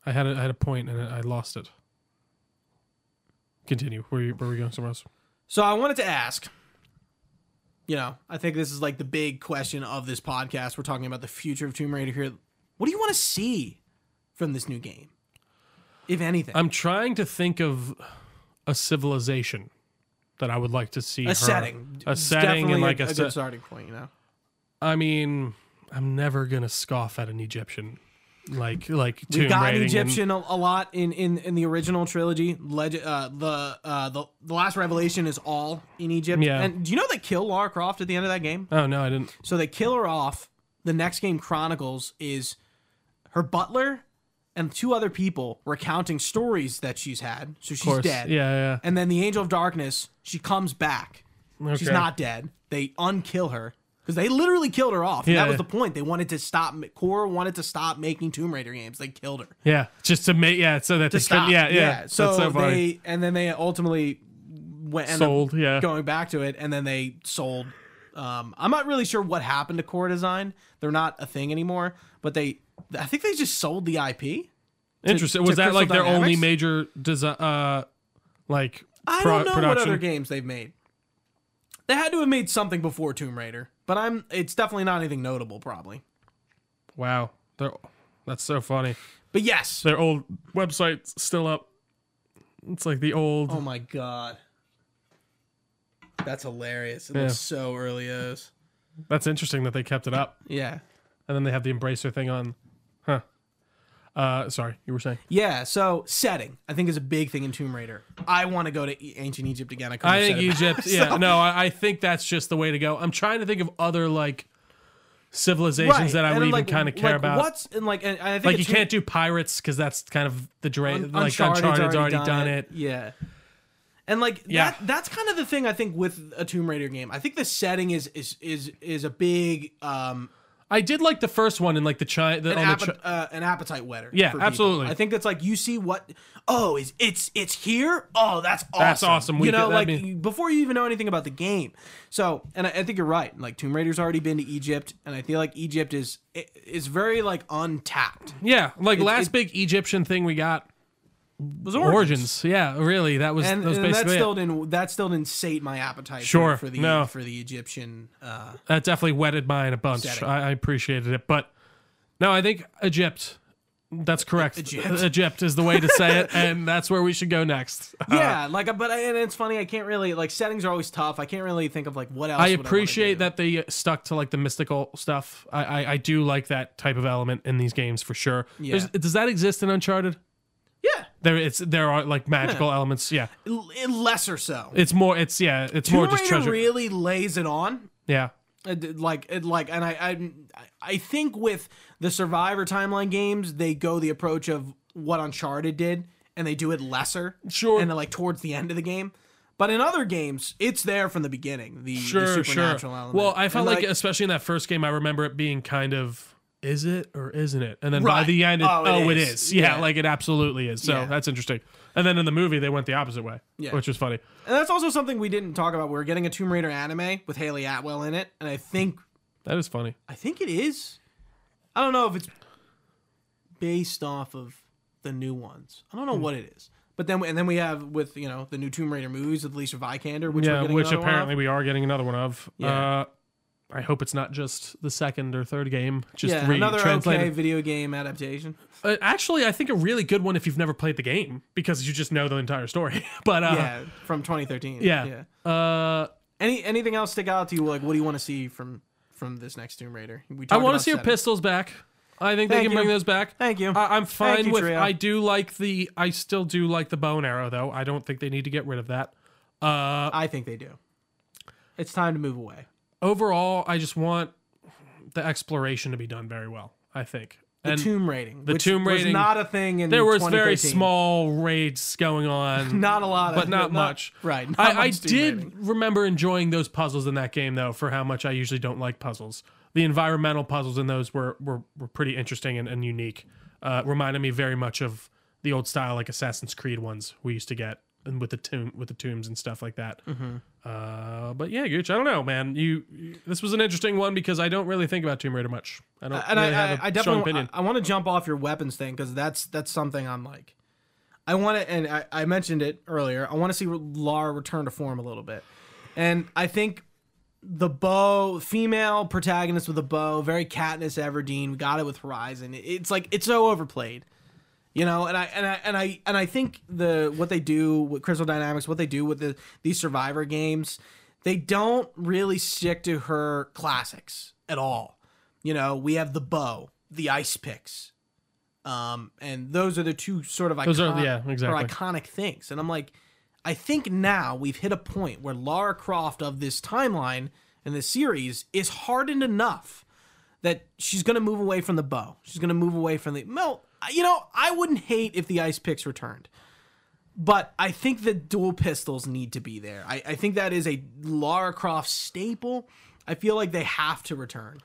Speaker 2: I had a, I had a point and I lost it. Continue. Where you, where we going somewhere else?
Speaker 1: so I wanted to ask you know I think this is like the big question of this podcast we're talking about the future of Tomb Raider here what do you want to see from this new game if anything
Speaker 2: I'm trying to think of a civilization that I would like to see.
Speaker 1: a
Speaker 2: her-
Speaker 1: setting
Speaker 2: a
Speaker 1: It's
Speaker 2: setting,
Speaker 1: definitely
Speaker 2: and like a,
Speaker 1: a
Speaker 2: se-
Speaker 1: good starting point you know
Speaker 2: I mean, I'm never gonna scoff at an Egyptian, like like tomb
Speaker 1: we got an
Speaker 2: raiding and-
Speaker 1: Egyptian a, a lot in, in, in the original trilogy. Leg- uh, the uh, the the last revelation is all in Egypt.
Speaker 2: Yeah.
Speaker 1: And do you know they kill Lara Croft at the end of that game?
Speaker 2: oh no, I didn't.
Speaker 1: So they kill her off. The next game Chronicles is her butler and two other people recounting stories that she's had. So
Speaker 2: Of
Speaker 1: she's
Speaker 2: course.
Speaker 1: dead.
Speaker 2: Yeah,
Speaker 1: And then the Angel of Darkness, she comes back.
Speaker 2: yeah. Okay.
Speaker 1: She's not dead. They unkill her because they literally killed her off. And
Speaker 2: Yeah.
Speaker 1: that was the point. They wanted to stop. Core wanted to stop making Tomb Raider games. They killed her
Speaker 2: Yeah, just to make yeah, so that they
Speaker 1: to stop.
Speaker 2: could yeah, yeah. That's
Speaker 1: So,
Speaker 2: funny.
Speaker 1: they and then they ultimately went ended
Speaker 2: sold. Yeah,
Speaker 1: up going back to it, and then they sold. Um, I'm not really sure what happened to Core Design. They're not a thing anymore, but they I think they just sold the IP.
Speaker 2: interesting.
Speaker 1: to
Speaker 2: Was that
Speaker 1: Crystal
Speaker 2: like their only
Speaker 1: Dynamics?
Speaker 2: major design? Uh, like
Speaker 1: I
Speaker 2: pro-
Speaker 1: don't know what
Speaker 2: production.
Speaker 1: other games they've made. They had to have made something before Tomb Raider, but I'm it's definitely not anything notable probably.
Speaker 2: wow, they're, that's so funny.
Speaker 1: But yes.
Speaker 2: Their old website's still up. It's like the old.
Speaker 1: Oh my god. That's hilarious. It
Speaker 2: Yeah.
Speaker 1: looks so early O's.
Speaker 2: That's interesting that they kept it up,
Speaker 1: Yeah.
Speaker 2: and then they have the embracer thing on. Huh. Uh, sorry, you were saying.
Speaker 1: Yeah, so setting I think is a big thing in Tomb Raider. I want to go to E- ancient Egypt again. I, couldn't
Speaker 2: I
Speaker 1: have said
Speaker 2: think
Speaker 1: it better.
Speaker 2: Egypt. Yeah, no, I, I think that's just the way to go. I'm trying to think of other like civilizations
Speaker 1: Right,
Speaker 2: that I
Speaker 1: and
Speaker 2: would
Speaker 1: I'm
Speaker 2: even
Speaker 1: like-
Speaker 2: kind of care
Speaker 1: like,
Speaker 2: about.
Speaker 1: What's and like and I think
Speaker 2: Like
Speaker 1: it's
Speaker 2: you
Speaker 1: Tomb-
Speaker 2: can't do pirates because that's kind of the dra-
Speaker 1: Un-
Speaker 2: like Uncharted's, already, done, it.
Speaker 1: Yeah. And like
Speaker 2: Yeah.
Speaker 1: that that's kind of the thing I think with a Tomb Raider game. I think the setting is is is is a big um
Speaker 2: I did like the first one in like the chi- the,
Speaker 1: an,
Speaker 2: on the
Speaker 1: appe-
Speaker 2: chi-
Speaker 1: uh, an appetite wetter.
Speaker 2: Yeah,
Speaker 1: for people.
Speaker 2: absolutely.
Speaker 1: I think it's like you see what oh is it's it's here. Oh, that's awesome.
Speaker 2: That's awesome. We
Speaker 1: you
Speaker 2: could-
Speaker 1: know,
Speaker 2: that'd
Speaker 1: like
Speaker 2: be-
Speaker 1: before you even know anything about the game. So, and I, I think you're right. Like Tomb Raider's already been to Egypt, and I feel like Egypt is i- is very like untapped.
Speaker 2: yeah like last
Speaker 1: it-
Speaker 2: big Egyptian thing we got
Speaker 1: Was
Speaker 2: origins. Yeah, really that was
Speaker 1: and,
Speaker 2: that was
Speaker 1: and that
Speaker 2: basically it.
Speaker 1: still didn't that still didn't sate my appetite. for-
Speaker 2: Sure,
Speaker 1: for the
Speaker 2: no.
Speaker 1: for the Egyptian. Uh,
Speaker 2: that definitely wetted mine a bunch.
Speaker 1: Setting.
Speaker 2: I, I appreciated it, but no, I think Egypt. That's correct.
Speaker 1: E-,
Speaker 2: E-,
Speaker 1: Egypt.
Speaker 2: Egypt is the way to say it, and that's where we should go next.
Speaker 1: yeah, like uh, but I, and it's funny. I can't really like settings are always tough. I can't really think of like what else.
Speaker 2: I
Speaker 1: would wanna
Speaker 2: appreciate
Speaker 1: do.
Speaker 2: that they stuck to like the mystical stuff. I, I, I do like that type of element in these games for sure.
Speaker 1: Yeah.
Speaker 2: There's- Does that exist in Uncharted?
Speaker 1: Yeah,
Speaker 2: There it's there are like magical elements. Yeah,
Speaker 1: l- lesser so.
Speaker 2: it's more it's yeah it's more
Speaker 1: Tomb
Speaker 2: just
Speaker 1: Raider
Speaker 2: treasure.
Speaker 1: really lays it on.
Speaker 2: yeah,
Speaker 1: It did- Like it like, and I, I I think with the Survivor timeline games, they go the approach of what Uncharted did, and they do it lesser,
Speaker 2: Sure.
Speaker 1: and like towards the end of the game. But in other games, it's there from the beginning. The, the
Speaker 2: sure, sure.
Speaker 1: supernatural element.
Speaker 2: Well, I felt
Speaker 1: And,
Speaker 2: like, especially in that first game, I remember it being kind of is it or isn't it, and then by
Speaker 1: Right.
Speaker 2: the end, it, oh, it is. Yeah,
Speaker 1: Yeah.
Speaker 2: like it absolutely is. So
Speaker 1: Yeah.
Speaker 2: that's interesting. And then in the movie, they went the opposite way,
Speaker 1: Yeah.
Speaker 2: which was funny.
Speaker 1: and that's also something we didn't talk about. We are getting a Tomb Raider anime with Haley Atwell in it, and I think
Speaker 2: That is funny.
Speaker 1: I think it is. I don't know if it's based off of the new ones. I
Speaker 2: Hmm.
Speaker 1: don't know what it is. But then, and then we have with you know the new Tomb Raider movies with Alicia Vikander, which we're
Speaker 2: yeah,
Speaker 1: getting
Speaker 2: which
Speaker 1: another one
Speaker 2: apparently
Speaker 1: of.
Speaker 2: we are getting another one of.
Speaker 1: Yeah.
Speaker 2: Uh, I hope it's not just the second or third game. Just
Speaker 1: yeah,
Speaker 2: re-
Speaker 1: another okay
Speaker 2: translated.
Speaker 1: video game adaptation.
Speaker 2: Uh, actually, I think a really good one if you've never played the game because you just know the entire story. but uh,
Speaker 1: yeah, from 2013.
Speaker 2: yeah, Uh,
Speaker 1: Any anything else stick out to you? Like, what do you want to see from from this next Tomb Raider? We
Speaker 2: I
Speaker 1: talked
Speaker 2: want to
Speaker 1: about
Speaker 2: see your
Speaker 1: setting.
Speaker 2: pistols back. I think they
Speaker 1: Thank
Speaker 2: can
Speaker 1: you.
Speaker 2: bring those back.
Speaker 1: Thank you.
Speaker 2: I, I'm fine
Speaker 1: you,
Speaker 2: with.
Speaker 1: Trio.
Speaker 2: I do like the. I still do like the bow and arrow though. I don't think they need to get rid of that. Uh,
Speaker 1: I think they do. It's time to move away.
Speaker 2: overall, I just want the exploration to be done very well. I think.
Speaker 1: The
Speaker 2: and
Speaker 1: tomb raiding.
Speaker 2: the
Speaker 1: which
Speaker 2: tomb
Speaker 1: was
Speaker 2: raiding-
Speaker 1: not a thing in
Speaker 2: there was very
Speaker 1: 2013.
Speaker 2: small raids going on.
Speaker 1: not a lot, of,
Speaker 2: but not much.
Speaker 1: Right. not
Speaker 2: I, I
Speaker 1: much tomb raiding.
Speaker 2: did remember enjoying those puzzles in that game though, for how much I usually don't like puzzles. the environmental puzzles in those were were, were pretty interesting and, and unique. Uh, reminded me very much of the old style like Assassin's Creed ones we used to get and with the tomb with the tombs and stuff like that.
Speaker 1: Mm-hmm.
Speaker 2: Uh, but yeah, Gooch, I don't know, man. You, you- this was an interesting one because I don't really think about Tomb Raider much. I don't
Speaker 1: and
Speaker 2: really
Speaker 1: I,
Speaker 2: have a
Speaker 1: I, I
Speaker 2: strong
Speaker 1: definitely
Speaker 2: opinion.
Speaker 1: I, want to jump off your weapons thing because that's that's something I'm like, I want to, and I, I mentioned it earlier. I want to see Lara return to form a little bit, and I think the bow, female protagonist with a bow, very Katniss Everdeen. We got it with Horizon. It's like it's so overplayed. You know, and I and I and I and I think the what they do with Crystal Dynamics, what they do with the these Survivor games, they don't really stick to her classics at all. You know, we have the bow, the ice picks, um, and those are the two sort of iconic,
Speaker 2: Those are- yeah, exactly.
Speaker 1: or iconic things. And I'm like, I think now we've hit a point where Lara Croft of this timeline and this series is hardened enough that she's going to move away from the bow. She's going to move away from the. Well, you know, I wouldn't hate if the ice picks returned. But I think the dual pistols need to be there. I, I think that is a Lara Croft staple. I feel like they have to return.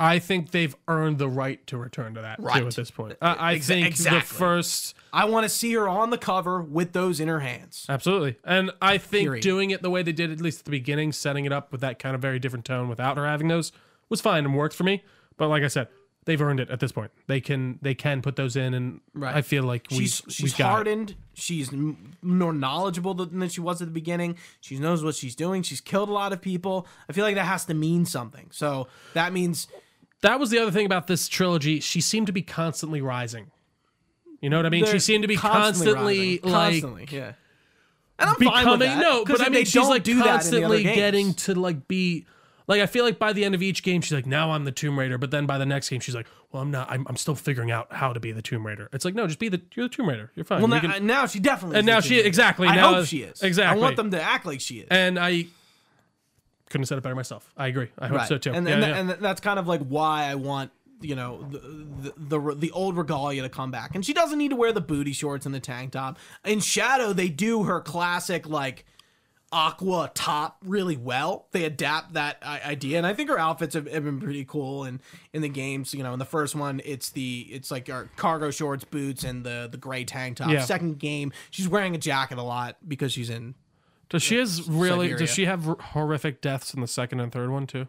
Speaker 2: I think they've earned the right to return to that
Speaker 1: Right. E,
Speaker 2: too at this point. I, I
Speaker 1: Exa-
Speaker 2: think
Speaker 1: exactly.
Speaker 2: the first
Speaker 1: I want to see her on the cover with those in her hands.
Speaker 2: absolutely, and I think
Speaker 1: Period.
Speaker 2: doing it the way they did at least at the beginning, setting it up with that kind of very different tone without her having those was fine and worked for me. But like I said, they've earned it at this point. They can they can put those in, and
Speaker 1: Right.
Speaker 2: I feel like we
Speaker 1: She's
Speaker 2: we
Speaker 1: she's
Speaker 2: got it.
Speaker 1: hardened. She's m- more knowledgeable than than she was at the beginning. She knows what she's doing. She's killed a lot of people. I feel like that has to mean something. So that means
Speaker 2: that was the other thing about this trilogy. She seemed to be constantly rising. You know what I mean? she
Speaker 1: they're
Speaker 2: seemed to be constantly,
Speaker 1: rising.
Speaker 2: like
Speaker 1: Constantly, yeah. And I'm fine with
Speaker 2: becoming
Speaker 1: that,
Speaker 2: no,
Speaker 1: 'cause
Speaker 2: but I
Speaker 1: if
Speaker 2: mean
Speaker 1: they
Speaker 2: she's
Speaker 1: don't
Speaker 2: like
Speaker 1: do that in the other
Speaker 2: constantly
Speaker 1: games-
Speaker 2: getting to like be like I feel like by the end of each game she's like now I'm the Tomb Raider, but then by the next game she's like well I'm not I'm, I'm still figuring out how to be the Tomb Raider. It's like no, just be the you're the Tomb Raider. You're fine.
Speaker 1: Well,
Speaker 2: You
Speaker 1: now,
Speaker 2: can-
Speaker 1: now she definitely.
Speaker 2: and
Speaker 1: is
Speaker 2: now
Speaker 1: the
Speaker 2: she
Speaker 1: Junior.
Speaker 2: exactly
Speaker 1: I
Speaker 2: now
Speaker 1: hope she is.
Speaker 2: exactly.
Speaker 1: I want them to act like she is.
Speaker 2: and I couldn't have said it better myself. I agree. I hope
Speaker 1: Right.
Speaker 2: so too.
Speaker 1: And,
Speaker 2: Yeah,
Speaker 1: and,
Speaker 2: yeah.
Speaker 1: and that's kind of like why I want you know the, the the the old regalia to come back. And she doesn't need to wear the booty shorts and the tank top. In Shadow, they do her classic like aqua top really well. They adapt that i- idea, and I think her outfits have, have been pretty cool. And in the games, you know, in the first one, it's the it's like our cargo shorts, boots, and the the gray tank top.
Speaker 2: Yeah.
Speaker 1: Second game, she's wearing a jacket a lot because she's in
Speaker 2: does she has really
Speaker 1: Siberia.
Speaker 2: does she have r- horrific deaths in the second and third one too?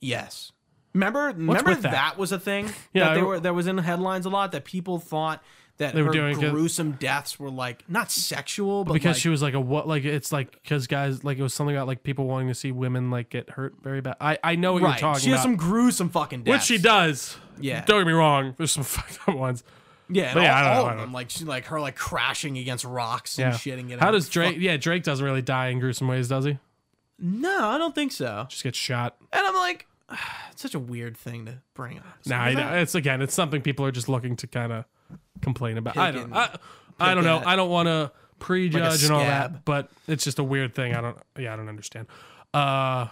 Speaker 1: Yes. Remember, remember
Speaker 2: with
Speaker 1: that?
Speaker 2: that?
Speaker 1: was a thing.
Speaker 2: Yeah,
Speaker 1: that
Speaker 2: I
Speaker 1: they
Speaker 2: re-
Speaker 1: were that was in the headlines a lot. That people thought that
Speaker 2: were
Speaker 1: her
Speaker 2: doing it-
Speaker 1: gruesome deaths were like not sexual, but
Speaker 2: because
Speaker 1: like,
Speaker 2: she was like a what like it's like because guys like it was something about like people wanting to see women like get hurt very bad i i know what
Speaker 1: right.
Speaker 2: you're talking
Speaker 1: she
Speaker 2: about
Speaker 1: has some gruesome fucking
Speaker 2: which
Speaker 1: deaths.
Speaker 2: she does
Speaker 1: Yeah.
Speaker 2: don't get me wrong there's some fucked up ones
Speaker 1: Yeah, and
Speaker 2: But
Speaker 1: all,
Speaker 2: yeah, I don't
Speaker 1: all
Speaker 2: know, I
Speaker 1: of
Speaker 2: don't
Speaker 1: them. Like she like her like crashing against rocks and
Speaker 2: yeah
Speaker 1: shit and getting.
Speaker 2: how does drake yeah drake doesn't really die in gruesome ways does he
Speaker 1: No, I don't think so.
Speaker 2: just gets shot
Speaker 1: And I'm like, it's such a weird thing to bring up.
Speaker 2: nah I know. it's again it's something people are just looking to kind of complain about i
Speaker 1: Pick
Speaker 2: don't
Speaker 1: and-
Speaker 2: i, I don't know
Speaker 1: at-
Speaker 2: i don't want to prejudge and all
Speaker 1: scab.
Speaker 2: that but it's just a weird thing i don't yeah i don't understand uh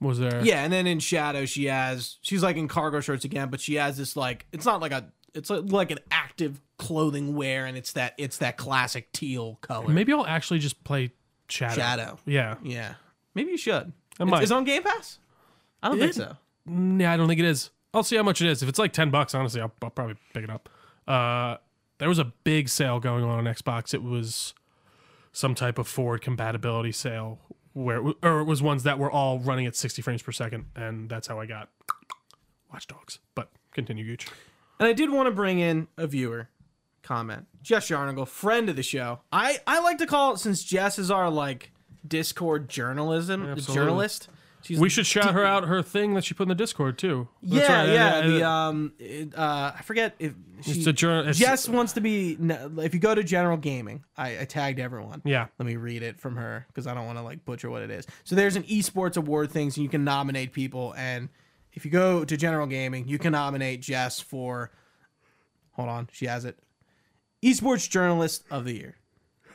Speaker 2: was there
Speaker 1: Yeah, and then in Shadow, she has she's like in cargo shorts again, but she has this like it's not like a it's like, like an active clothing wear, and it's that it's that classic teal color.
Speaker 2: maybe i'll actually just play shadow,
Speaker 1: Shadow.
Speaker 2: yeah
Speaker 1: Yeah, maybe you should.
Speaker 2: I
Speaker 1: It's-
Speaker 2: might.
Speaker 1: It's on Game Pass. I don't think
Speaker 2: It-
Speaker 1: so.
Speaker 2: Yeah, I don't think it is. I'll see how much it is. If it's like ten bucks, honestly, I'll, I'll probably pick it up. Uh, there was a big sale going on on Xbox. It was some type of forward compatibility sale where, it wa- or it was ones that were all running at sixty frames per second, and that's how I got Watch Dogs. But continue, Gooch.
Speaker 1: And I did want to bring in a viewer comment. Jess Yarnigal, friend of the show. I, I like to call it since Jess is our like Discord journalism
Speaker 2: Absolutely.
Speaker 1: journalist. She's
Speaker 2: We should shout her out her thing that she put in the Discord too. That's
Speaker 1: yeah,
Speaker 2: right,
Speaker 1: yeah. uh,
Speaker 2: uh,
Speaker 1: the um, it, uh, I forget if she,
Speaker 2: it's a journal. it's-
Speaker 1: Jess wants to be. no, If you go to General Gaming, I, I tagged everyone.
Speaker 2: Yeah.
Speaker 1: Let me read it from her because I don't want to like butcher what it is. So there's an esports award things, and you can nominate people. And if you go to General Gaming, you can nominate Jess for. Hold on, she has it. Esports Journalist of the Year.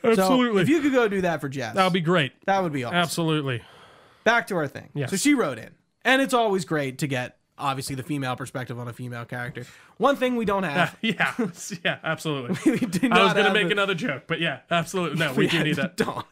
Speaker 1: So
Speaker 2: Absolutely.
Speaker 1: if you could go do that for Jess,
Speaker 2: that would be great.
Speaker 1: that would be awesome
Speaker 2: Absolutely.
Speaker 1: back to our thing.
Speaker 2: Yes.
Speaker 1: So she wrote in, and it's always great to get obviously the female perspective on a female character. One thing we don't have.
Speaker 2: Yeah. Yeah. Absolutely.
Speaker 1: we do
Speaker 2: I
Speaker 1: not
Speaker 2: was gonna
Speaker 1: have
Speaker 2: make
Speaker 1: the-
Speaker 2: another joke, but yeah, absolutely. No, we do need that.
Speaker 1: Don't.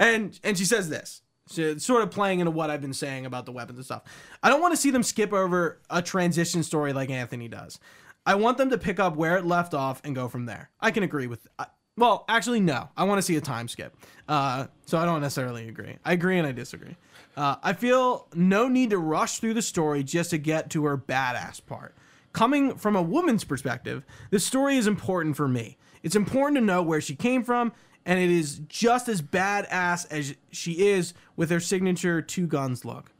Speaker 1: and and she says this. So it's sort of playing into what I've been saying about the weapons and stuff. I don't want to see them skip over a transition story like Anthony does. I want them to pick up where it left off and go from there. I can agree with. I, well, actually, no. I want to see a time skip. Uh, so I don't necessarily agree. I agree and I disagree. Uh, I feel no need to rush through the story just to get to her badass part. Coming from a woman's perspective, this story is important for me. It's important to know where she came from, and it is just as badass as she is with her signature two guns look.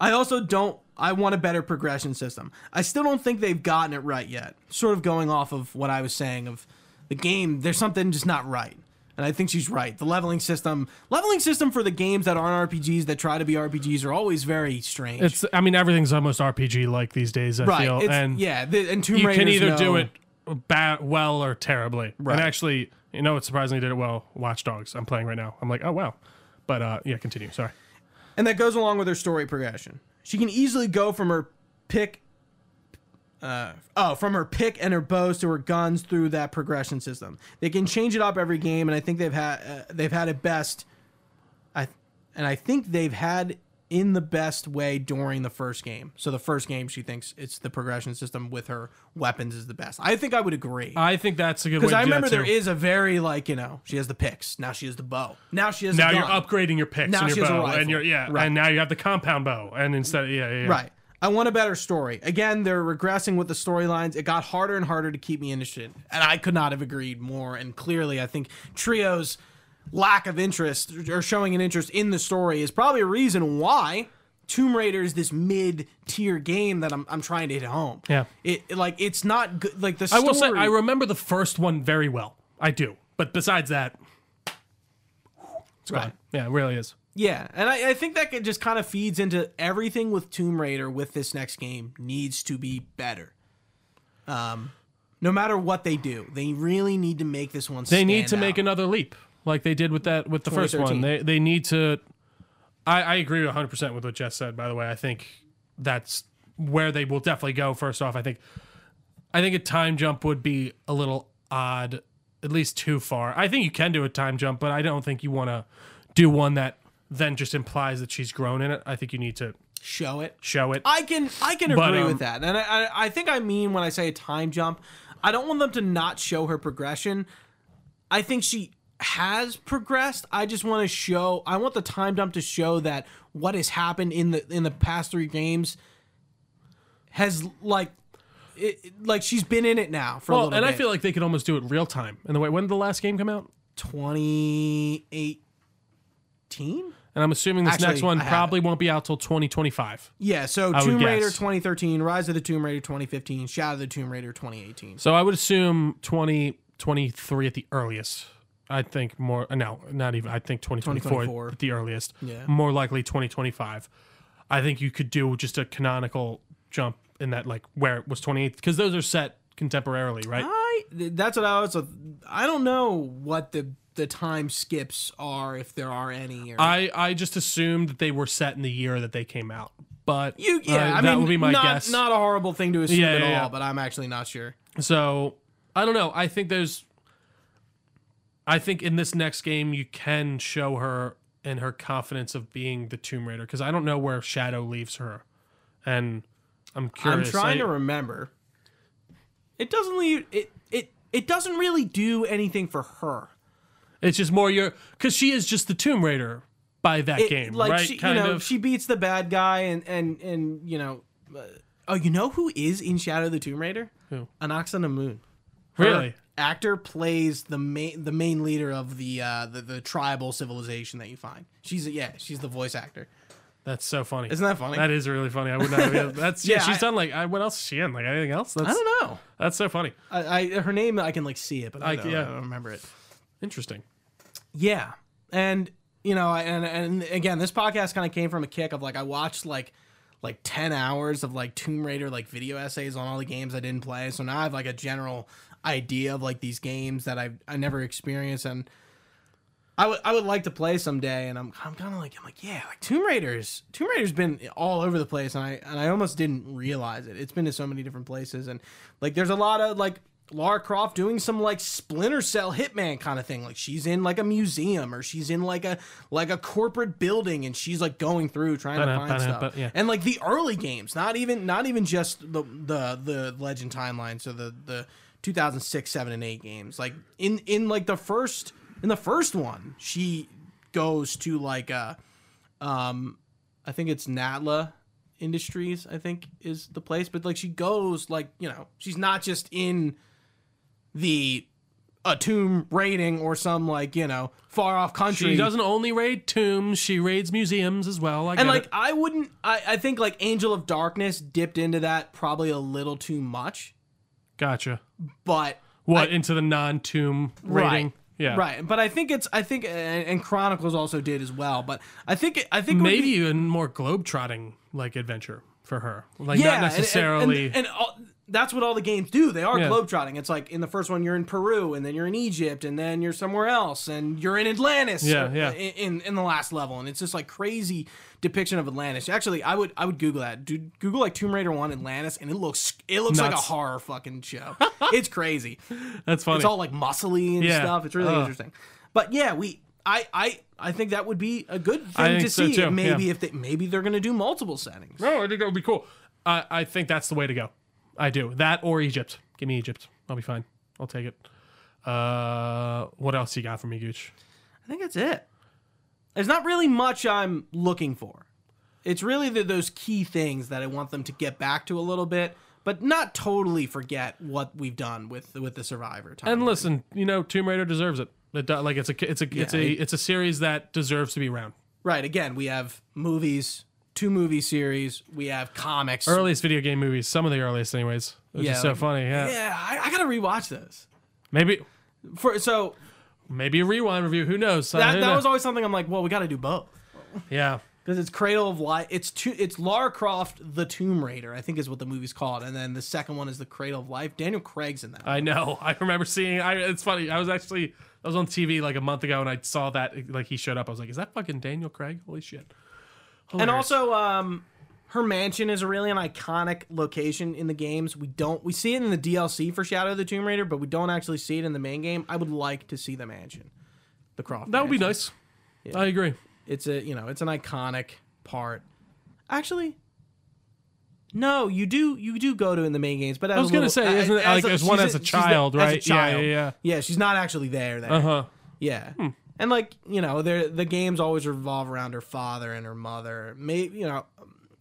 Speaker 1: I also don't. I want a better progression system. I still don't think they've gotten it right yet. Sort of going off of what I was saying of the game, there's something just not right. And I think she's right. The leveling system, leveling system for the games that aren't RPGs that try to be RPGs are always very strange.
Speaker 2: It's I mean everything's almost RPG like these days. I
Speaker 1: right.
Speaker 2: feel
Speaker 1: it's-
Speaker 2: and
Speaker 1: yeah, the, and Tomb
Speaker 2: you
Speaker 1: Raider's
Speaker 2: can either
Speaker 1: no-
Speaker 2: do it ba- well or terribly.
Speaker 1: Right.
Speaker 2: And actually, you know, it surprisingly did it well. Watch Dogs. I'm playing right now. I'm like, oh wow. But uh, yeah, continue. Sorry.
Speaker 1: and that goes along with her story progression. She can easily go from her pick, uh, oh, from her pick and her bows to her guns through that progression system. They can change it up every game, and I think they've had uh, they've had it best. I and I think they've had in the best way during the first game. So the first game, she thinks it's the progression system with her weapons is the best. I think I would agree.
Speaker 2: I think that's a good way.
Speaker 1: because
Speaker 2: to
Speaker 1: I
Speaker 2: do that,
Speaker 1: remember there
Speaker 2: too.
Speaker 1: is a very like you know she has the picks now she has the bow now she has
Speaker 2: now
Speaker 1: a
Speaker 2: you're
Speaker 1: gun.
Speaker 2: upgrading your picks
Speaker 1: Now
Speaker 2: and
Speaker 1: she
Speaker 2: your
Speaker 1: has a
Speaker 2: bow
Speaker 1: rifle.
Speaker 2: and your yeah,
Speaker 1: Right.
Speaker 2: and now you have the compound bow and instead yeah yeah, yeah.
Speaker 1: Right. I want a better story. Again, they're regressing with the storylines. It got harder and harder to keep me interested. And I could not have agreed more. And clearly, I think Trio's lack of interest or showing an interest in the story is probably a reason why Tomb Raider is this mid tier game that I'm, I'm trying to hit home.
Speaker 2: Yeah.
Speaker 1: It it, like it's not good like the
Speaker 2: I
Speaker 1: story
Speaker 2: will say I remember the first one very well. I do. But besides that, it's
Speaker 1: Right.
Speaker 2: gone. Yeah, it really is.
Speaker 1: Yeah, and I, I think that could just kind of feeds into everything with Tomb Raider with this next game needs to be better. Um, no matter what they do, they really need to make this one.
Speaker 2: They need to make another leap, like they did with that with the first one.
Speaker 1: 2013.
Speaker 2: They they need to. I, I agree 100 percent with what Jess said. By the way, I think that's where they will definitely go. First off, I think I think a time jump would be a little odd, at least too far. I think you can do a time jump, but I don't think you want to do one that then just implies that she's grown in it. I think you need to
Speaker 1: show it.
Speaker 2: show it.
Speaker 1: I can I can agree
Speaker 2: But, um,
Speaker 1: with that, and I, I I think I mean when I say a time jump, I don't want them to not show her progression. I think she has progressed. I just want to show. I want the time jump to show that what has happened in the in the past three games has like. It, it- like she's been in it now for a
Speaker 2: well,
Speaker 1: little
Speaker 2: and
Speaker 1: bit.
Speaker 2: I feel like they could almost do it real time. And the way when did the last game come out?
Speaker 1: 2018.
Speaker 2: And I'm assuming this next
Speaker 1: Actually,
Speaker 2: one
Speaker 1: I have it.
Speaker 2: probably won't be out till 2025.
Speaker 1: Yeah, so
Speaker 2: would
Speaker 1: Tomb Raider
Speaker 2: guess.
Speaker 1: 2013, Rise of the Tomb Raider 2015, Shadow of the Tomb Raider 2018.
Speaker 2: So I would assume 2023 at the earliest. I think more uh, no, not even I think 2024,
Speaker 1: 2024.
Speaker 2: at the earliest.
Speaker 1: Yeah.
Speaker 2: More likely 2025. I think you could do just a canonical jump in that like where it was 28 cuz those are set contemporarily, right?
Speaker 1: I th- that's what I was. I don't know what the the time skips are if there are any. Or,
Speaker 2: I I just assumed that they were set in the year that they came out. But
Speaker 1: you yeah,
Speaker 2: uh,
Speaker 1: I mean,
Speaker 2: that would be my
Speaker 1: not,
Speaker 2: guess.
Speaker 1: Not a horrible thing to assume
Speaker 2: Yeah,
Speaker 1: at
Speaker 2: yeah,
Speaker 1: all,
Speaker 2: yeah.
Speaker 1: but I'm actually not sure.
Speaker 2: So I don't know. I think there's. I think in this next game you can show her and her confidence of being the Tomb Raider because I don't know where Shadow leaves her, and I'm curious.
Speaker 1: I'm trying
Speaker 2: I-
Speaker 1: to remember. It doesn't leave it. It it doesn't really do anything for her.
Speaker 2: It's just more your because she is just the Tomb Raider by that
Speaker 1: It-
Speaker 2: game,
Speaker 1: like
Speaker 2: right?
Speaker 1: she, you know, she beats the bad guy and and and you know. Uh, oh, you know who is in Shadow of the Tomb Raider?
Speaker 2: Who?
Speaker 1: Anaxa Namun.
Speaker 2: really.
Speaker 1: actor plays the main the main leader of the uh the, the tribal civilization that you find. She's yeah, she's the voice actor.
Speaker 2: That's so funny.
Speaker 1: Isn't that funny?
Speaker 2: That is really funny. I would not. Have, that's yeah.
Speaker 1: Yeah,
Speaker 2: she's
Speaker 1: I-
Speaker 2: done like I, what else is she in? Like anything else? That's
Speaker 1: I don't know.
Speaker 2: that's so funny.
Speaker 1: I, I her name I can like see it, but I,
Speaker 2: I-
Speaker 1: don't,
Speaker 2: yeah.
Speaker 1: I don't remember it.
Speaker 2: Interesting.
Speaker 1: Yeah, and you know, I- and and again, this podcast kind of came from a kick of like I watched like like 10 hours of like Tomb Raider like video essays on all the games I didn't play. So now I have like a general idea of like these games that I I never experienced and I would I would like to play someday and I'm I'm kind of like I'm like yeah, like Tomb Raider's Tomb Raider's been all over the place and I and I almost didn't realize it. It's been to so many different places and like there's a lot of like Lara Croft doing some like Splinter Cell Hitman kind of thing. Like she's in like a museum or she's in like a like a corporate building and she's like going through trying to
Speaker 2: Ba-da,
Speaker 1: find
Speaker 2: ba-da,
Speaker 1: stuff.
Speaker 2: ba- yeah.
Speaker 1: And like the early games, not even not even just the the the Legend timeline, so the the 2006, 7 and 8 games. Like in in like the first in the first one, she goes to like uh um I think it's Natla Industries, I think is the place, but like she goes like, you know, she's not just in the a tomb raiding or some like, you know, far off country.
Speaker 2: She doesn't only raid tombs; she raids museums as well. I get
Speaker 1: and like
Speaker 2: it.
Speaker 1: I wouldn't I, I think like Angel of Darkness dipped into that probably a little too much,
Speaker 2: gotcha.
Speaker 1: but
Speaker 2: What into the non-tomb raiding?
Speaker 1: Right.
Speaker 2: Yeah,
Speaker 1: right. But I think it's I think and, and Chronicles also did as well, but I think it- I think it would be-
Speaker 2: Maybe even more globetrotting like adventure for her. Like
Speaker 1: yeah,
Speaker 2: not
Speaker 1: and- and-
Speaker 2: necessarily.
Speaker 1: And, and, all, that's what all the games do. They are
Speaker 2: Yeah.
Speaker 1: globetrotting. It's like in the first one, you're in Peru, and then you're in Egypt, and then you're somewhere else, and you're in Atlantis.
Speaker 2: Yeah,
Speaker 1: uh,
Speaker 2: yeah.
Speaker 1: In, in in the last level, and it's just like crazy depiction of Atlantis. Actually, I would I would Google that. Dude, Google like Tomb Raider One Atlantis, and it looks it looks like a
Speaker 2: Nuts.
Speaker 1: horror fucking show. it's crazy.
Speaker 2: That's funny.
Speaker 1: It's all like muscly and
Speaker 2: Yeah.
Speaker 1: stuff. It's really
Speaker 2: Ugh.
Speaker 1: interesting. But yeah, we I I I think that would be a good thing
Speaker 2: think
Speaker 1: to
Speaker 2: so
Speaker 1: see.
Speaker 2: too,
Speaker 1: Maybe
Speaker 2: yeah.
Speaker 1: if they maybe they're gonna do multiple settings.
Speaker 2: No, Oh, I think that would be cool. I, I think that's the way to go. I do that or Egypt. Give me Egypt. I'll be fine. I'll take it. Uh, what else you got for me, Gooch?
Speaker 1: I think that's it. There's not really much I'm looking for. It's really the, those key things that I want them to get back to a little bit, but not totally forget what we've done with with the Survivor time.
Speaker 2: And listen, you know, Tomb Raider deserves it. It do- like it's a it's a it's a
Speaker 1: it-
Speaker 2: it's a series that deserves to be around.
Speaker 1: right again, we have movies, two movie series, we have comics.
Speaker 2: Earliest video game movies, some of the earliest, anyways. Which
Speaker 1: Yeah,
Speaker 2: is so
Speaker 1: like-
Speaker 2: funny. Yeah.
Speaker 1: yeah, I, I gotta rewatch those.
Speaker 2: maybe
Speaker 1: For so
Speaker 2: maybe a rewind review. Who knows? Uh,
Speaker 1: that,
Speaker 2: who
Speaker 1: that
Speaker 2: knows?
Speaker 1: was always something I'm like, well, we gotta do both
Speaker 2: yeah.
Speaker 1: because it's Cradle of Life. It's two. It's Lara Croft, the Tomb Raider, I think is what the movie's called, and then the second one is the Cradle of Life. Daniel Craig's in that.
Speaker 2: I know. I remember seeing. I, it's funny. I was actually I was on TV like a month ago, and I saw that like he showed up. I was like, "Is that fucking Daniel Craig? Holy shit!"
Speaker 1: And
Speaker 2: Hilarious.
Speaker 1: also, um, her mansion is a really an iconic location in the games. We don't we see it in the DLC for Shadow of the Tomb Raider, but we don't actually see it in the main game. I would like to see the mansion, the Croft.
Speaker 2: that would be
Speaker 1: mansion.
Speaker 2: nice. I agree.
Speaker 1: It's a you know it's an iconic part. Actually, no, you do you do go to in the main games, but as
Speaker 2: I was
Speaker 1: a
Speaker 2: gonna
Speaker 1: little- uh,
Speaker 2: say, isn't it like there's one
Speaker 1: she's
Speaker 2: as a
Speaker 1: she's
Speaker 2: child,
Speaker 1: as a
Speaker 2: right? Yeah,
Speaker 1: child.
Speaker 2: yeah, yeah.
Speaker 1: She's not actually there. There.
Speaker 2: Uh huh.
Speaker 1: Yeah.
Speaker 2: Hmm.
Speaker 1: And like you know, the the games always revolve around her father and her mother. Maybe you know,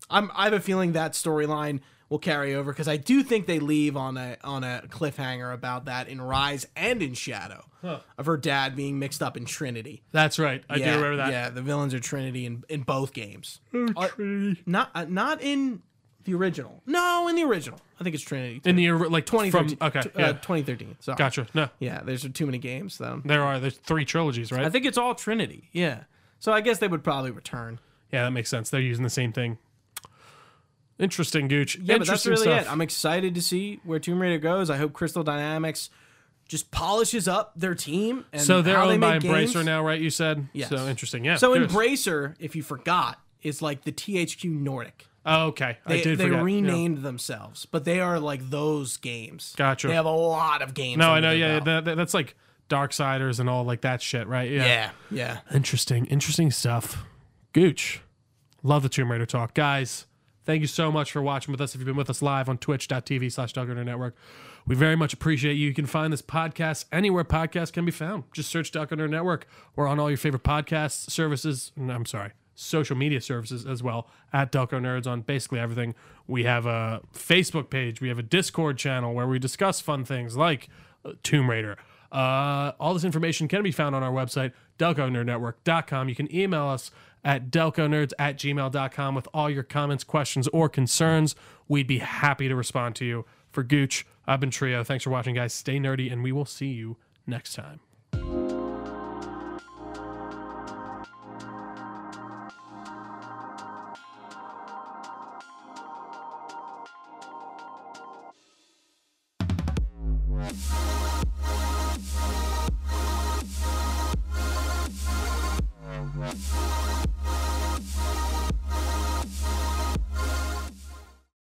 Speaker 1: I'm I have a feeling that storyline will carry over because I do think they leave on a on a cliffhanger about that in Rise and in Shadow of her dad being mixed up in Trinity.
Speaker 2: That's right. I do remember that.
Speaker 1: Yeah, the villains are Trinity in in both games. Uh, Not uh, not in the original. No, in the original, I think it's Trinity.
Speaker 2: In the or- like twenty
Speaker 1: 2013.
Speaker 2: from okay.
Speaker 1: t-
Speaker 2: yeah.
Speaker 1: uh, 2013. Sorry.
Speaker 2: gotcha. No,
Speaker 1: Yeah, there's too many games though.
Speaker 2: there are there's three trilogies, right?
Speaker 1: I think it's all Trinity. Yeah. So I guess they would probably return.
Speaker 2: yeah, that makes sense. They're using the same thing. Interesting, Gooch.
Speaker 1: Yeah, but that's
Speaker 2: Interesting
Speaker 1: really
Speaker 2: stuff.
Speaker 1: it. I'm excited to see where Tomb Raider goes. I hope Crystal Dynamics just polishes up their team. And
Speaker 2: so they're
Speaker 1: how they
Speaker 2: owned by
Speaker 1: make games.
Speaker 2: Embracer now, right? You said.
Speaker 1: Yes.
Speaker 2: So interesting. Yeah.
Speaker 1: So
Speaker 2: curious.
Speaker 1: Embracer, if you forgot, is like the THQ Nordic.
Speaker 2: Oh, okay. I
Speaker 1: They,
Speaker 2: did.
Speaker 1: they
Speaker 2: forget. Yeah.
Speaker 1: renamed themselves, but they are like those games.
Speaker 2: Gotcha.
Speaker 1: They have a lot of games.
Speaker 2: No, I
Speaker 1: under
Speaker 2: know.
Speaker 1: their
Speaker 2: Yeah,
Speaker 1: belt.
Speaker 2: that, that- that's like Darksiders and all like that shit, right? Yeah.
Speaker 1: yeah, yeah.
Speaker 2: Interesting, interesting stuff. Gooch, love the Tomb Raider talk, guys. Thank you so much for watching with us. If you've been with us live on twitch.tv slash Doug Hunter Network, we very much appreciate you. You can find this podcast anywhere podcasts can be found. Just search Doug Hunter Network or on all your favorite podcast services. no, I'm sorry, social media services as well at Delco Nerds on basically everything. We have a Facebook page, we have a Discord channel where we discuss fun things like uh, Tomb Raider. Uh, all this information can be found on our website, delconerdnetwork.com. You can email us at delconerds at gmail.com with all your comments, questions, or concerns. We'd be happy to respond to you. For Gooch, I've been Trio. Thanks for watching, guys. Stay nerdy, and we will see you next time.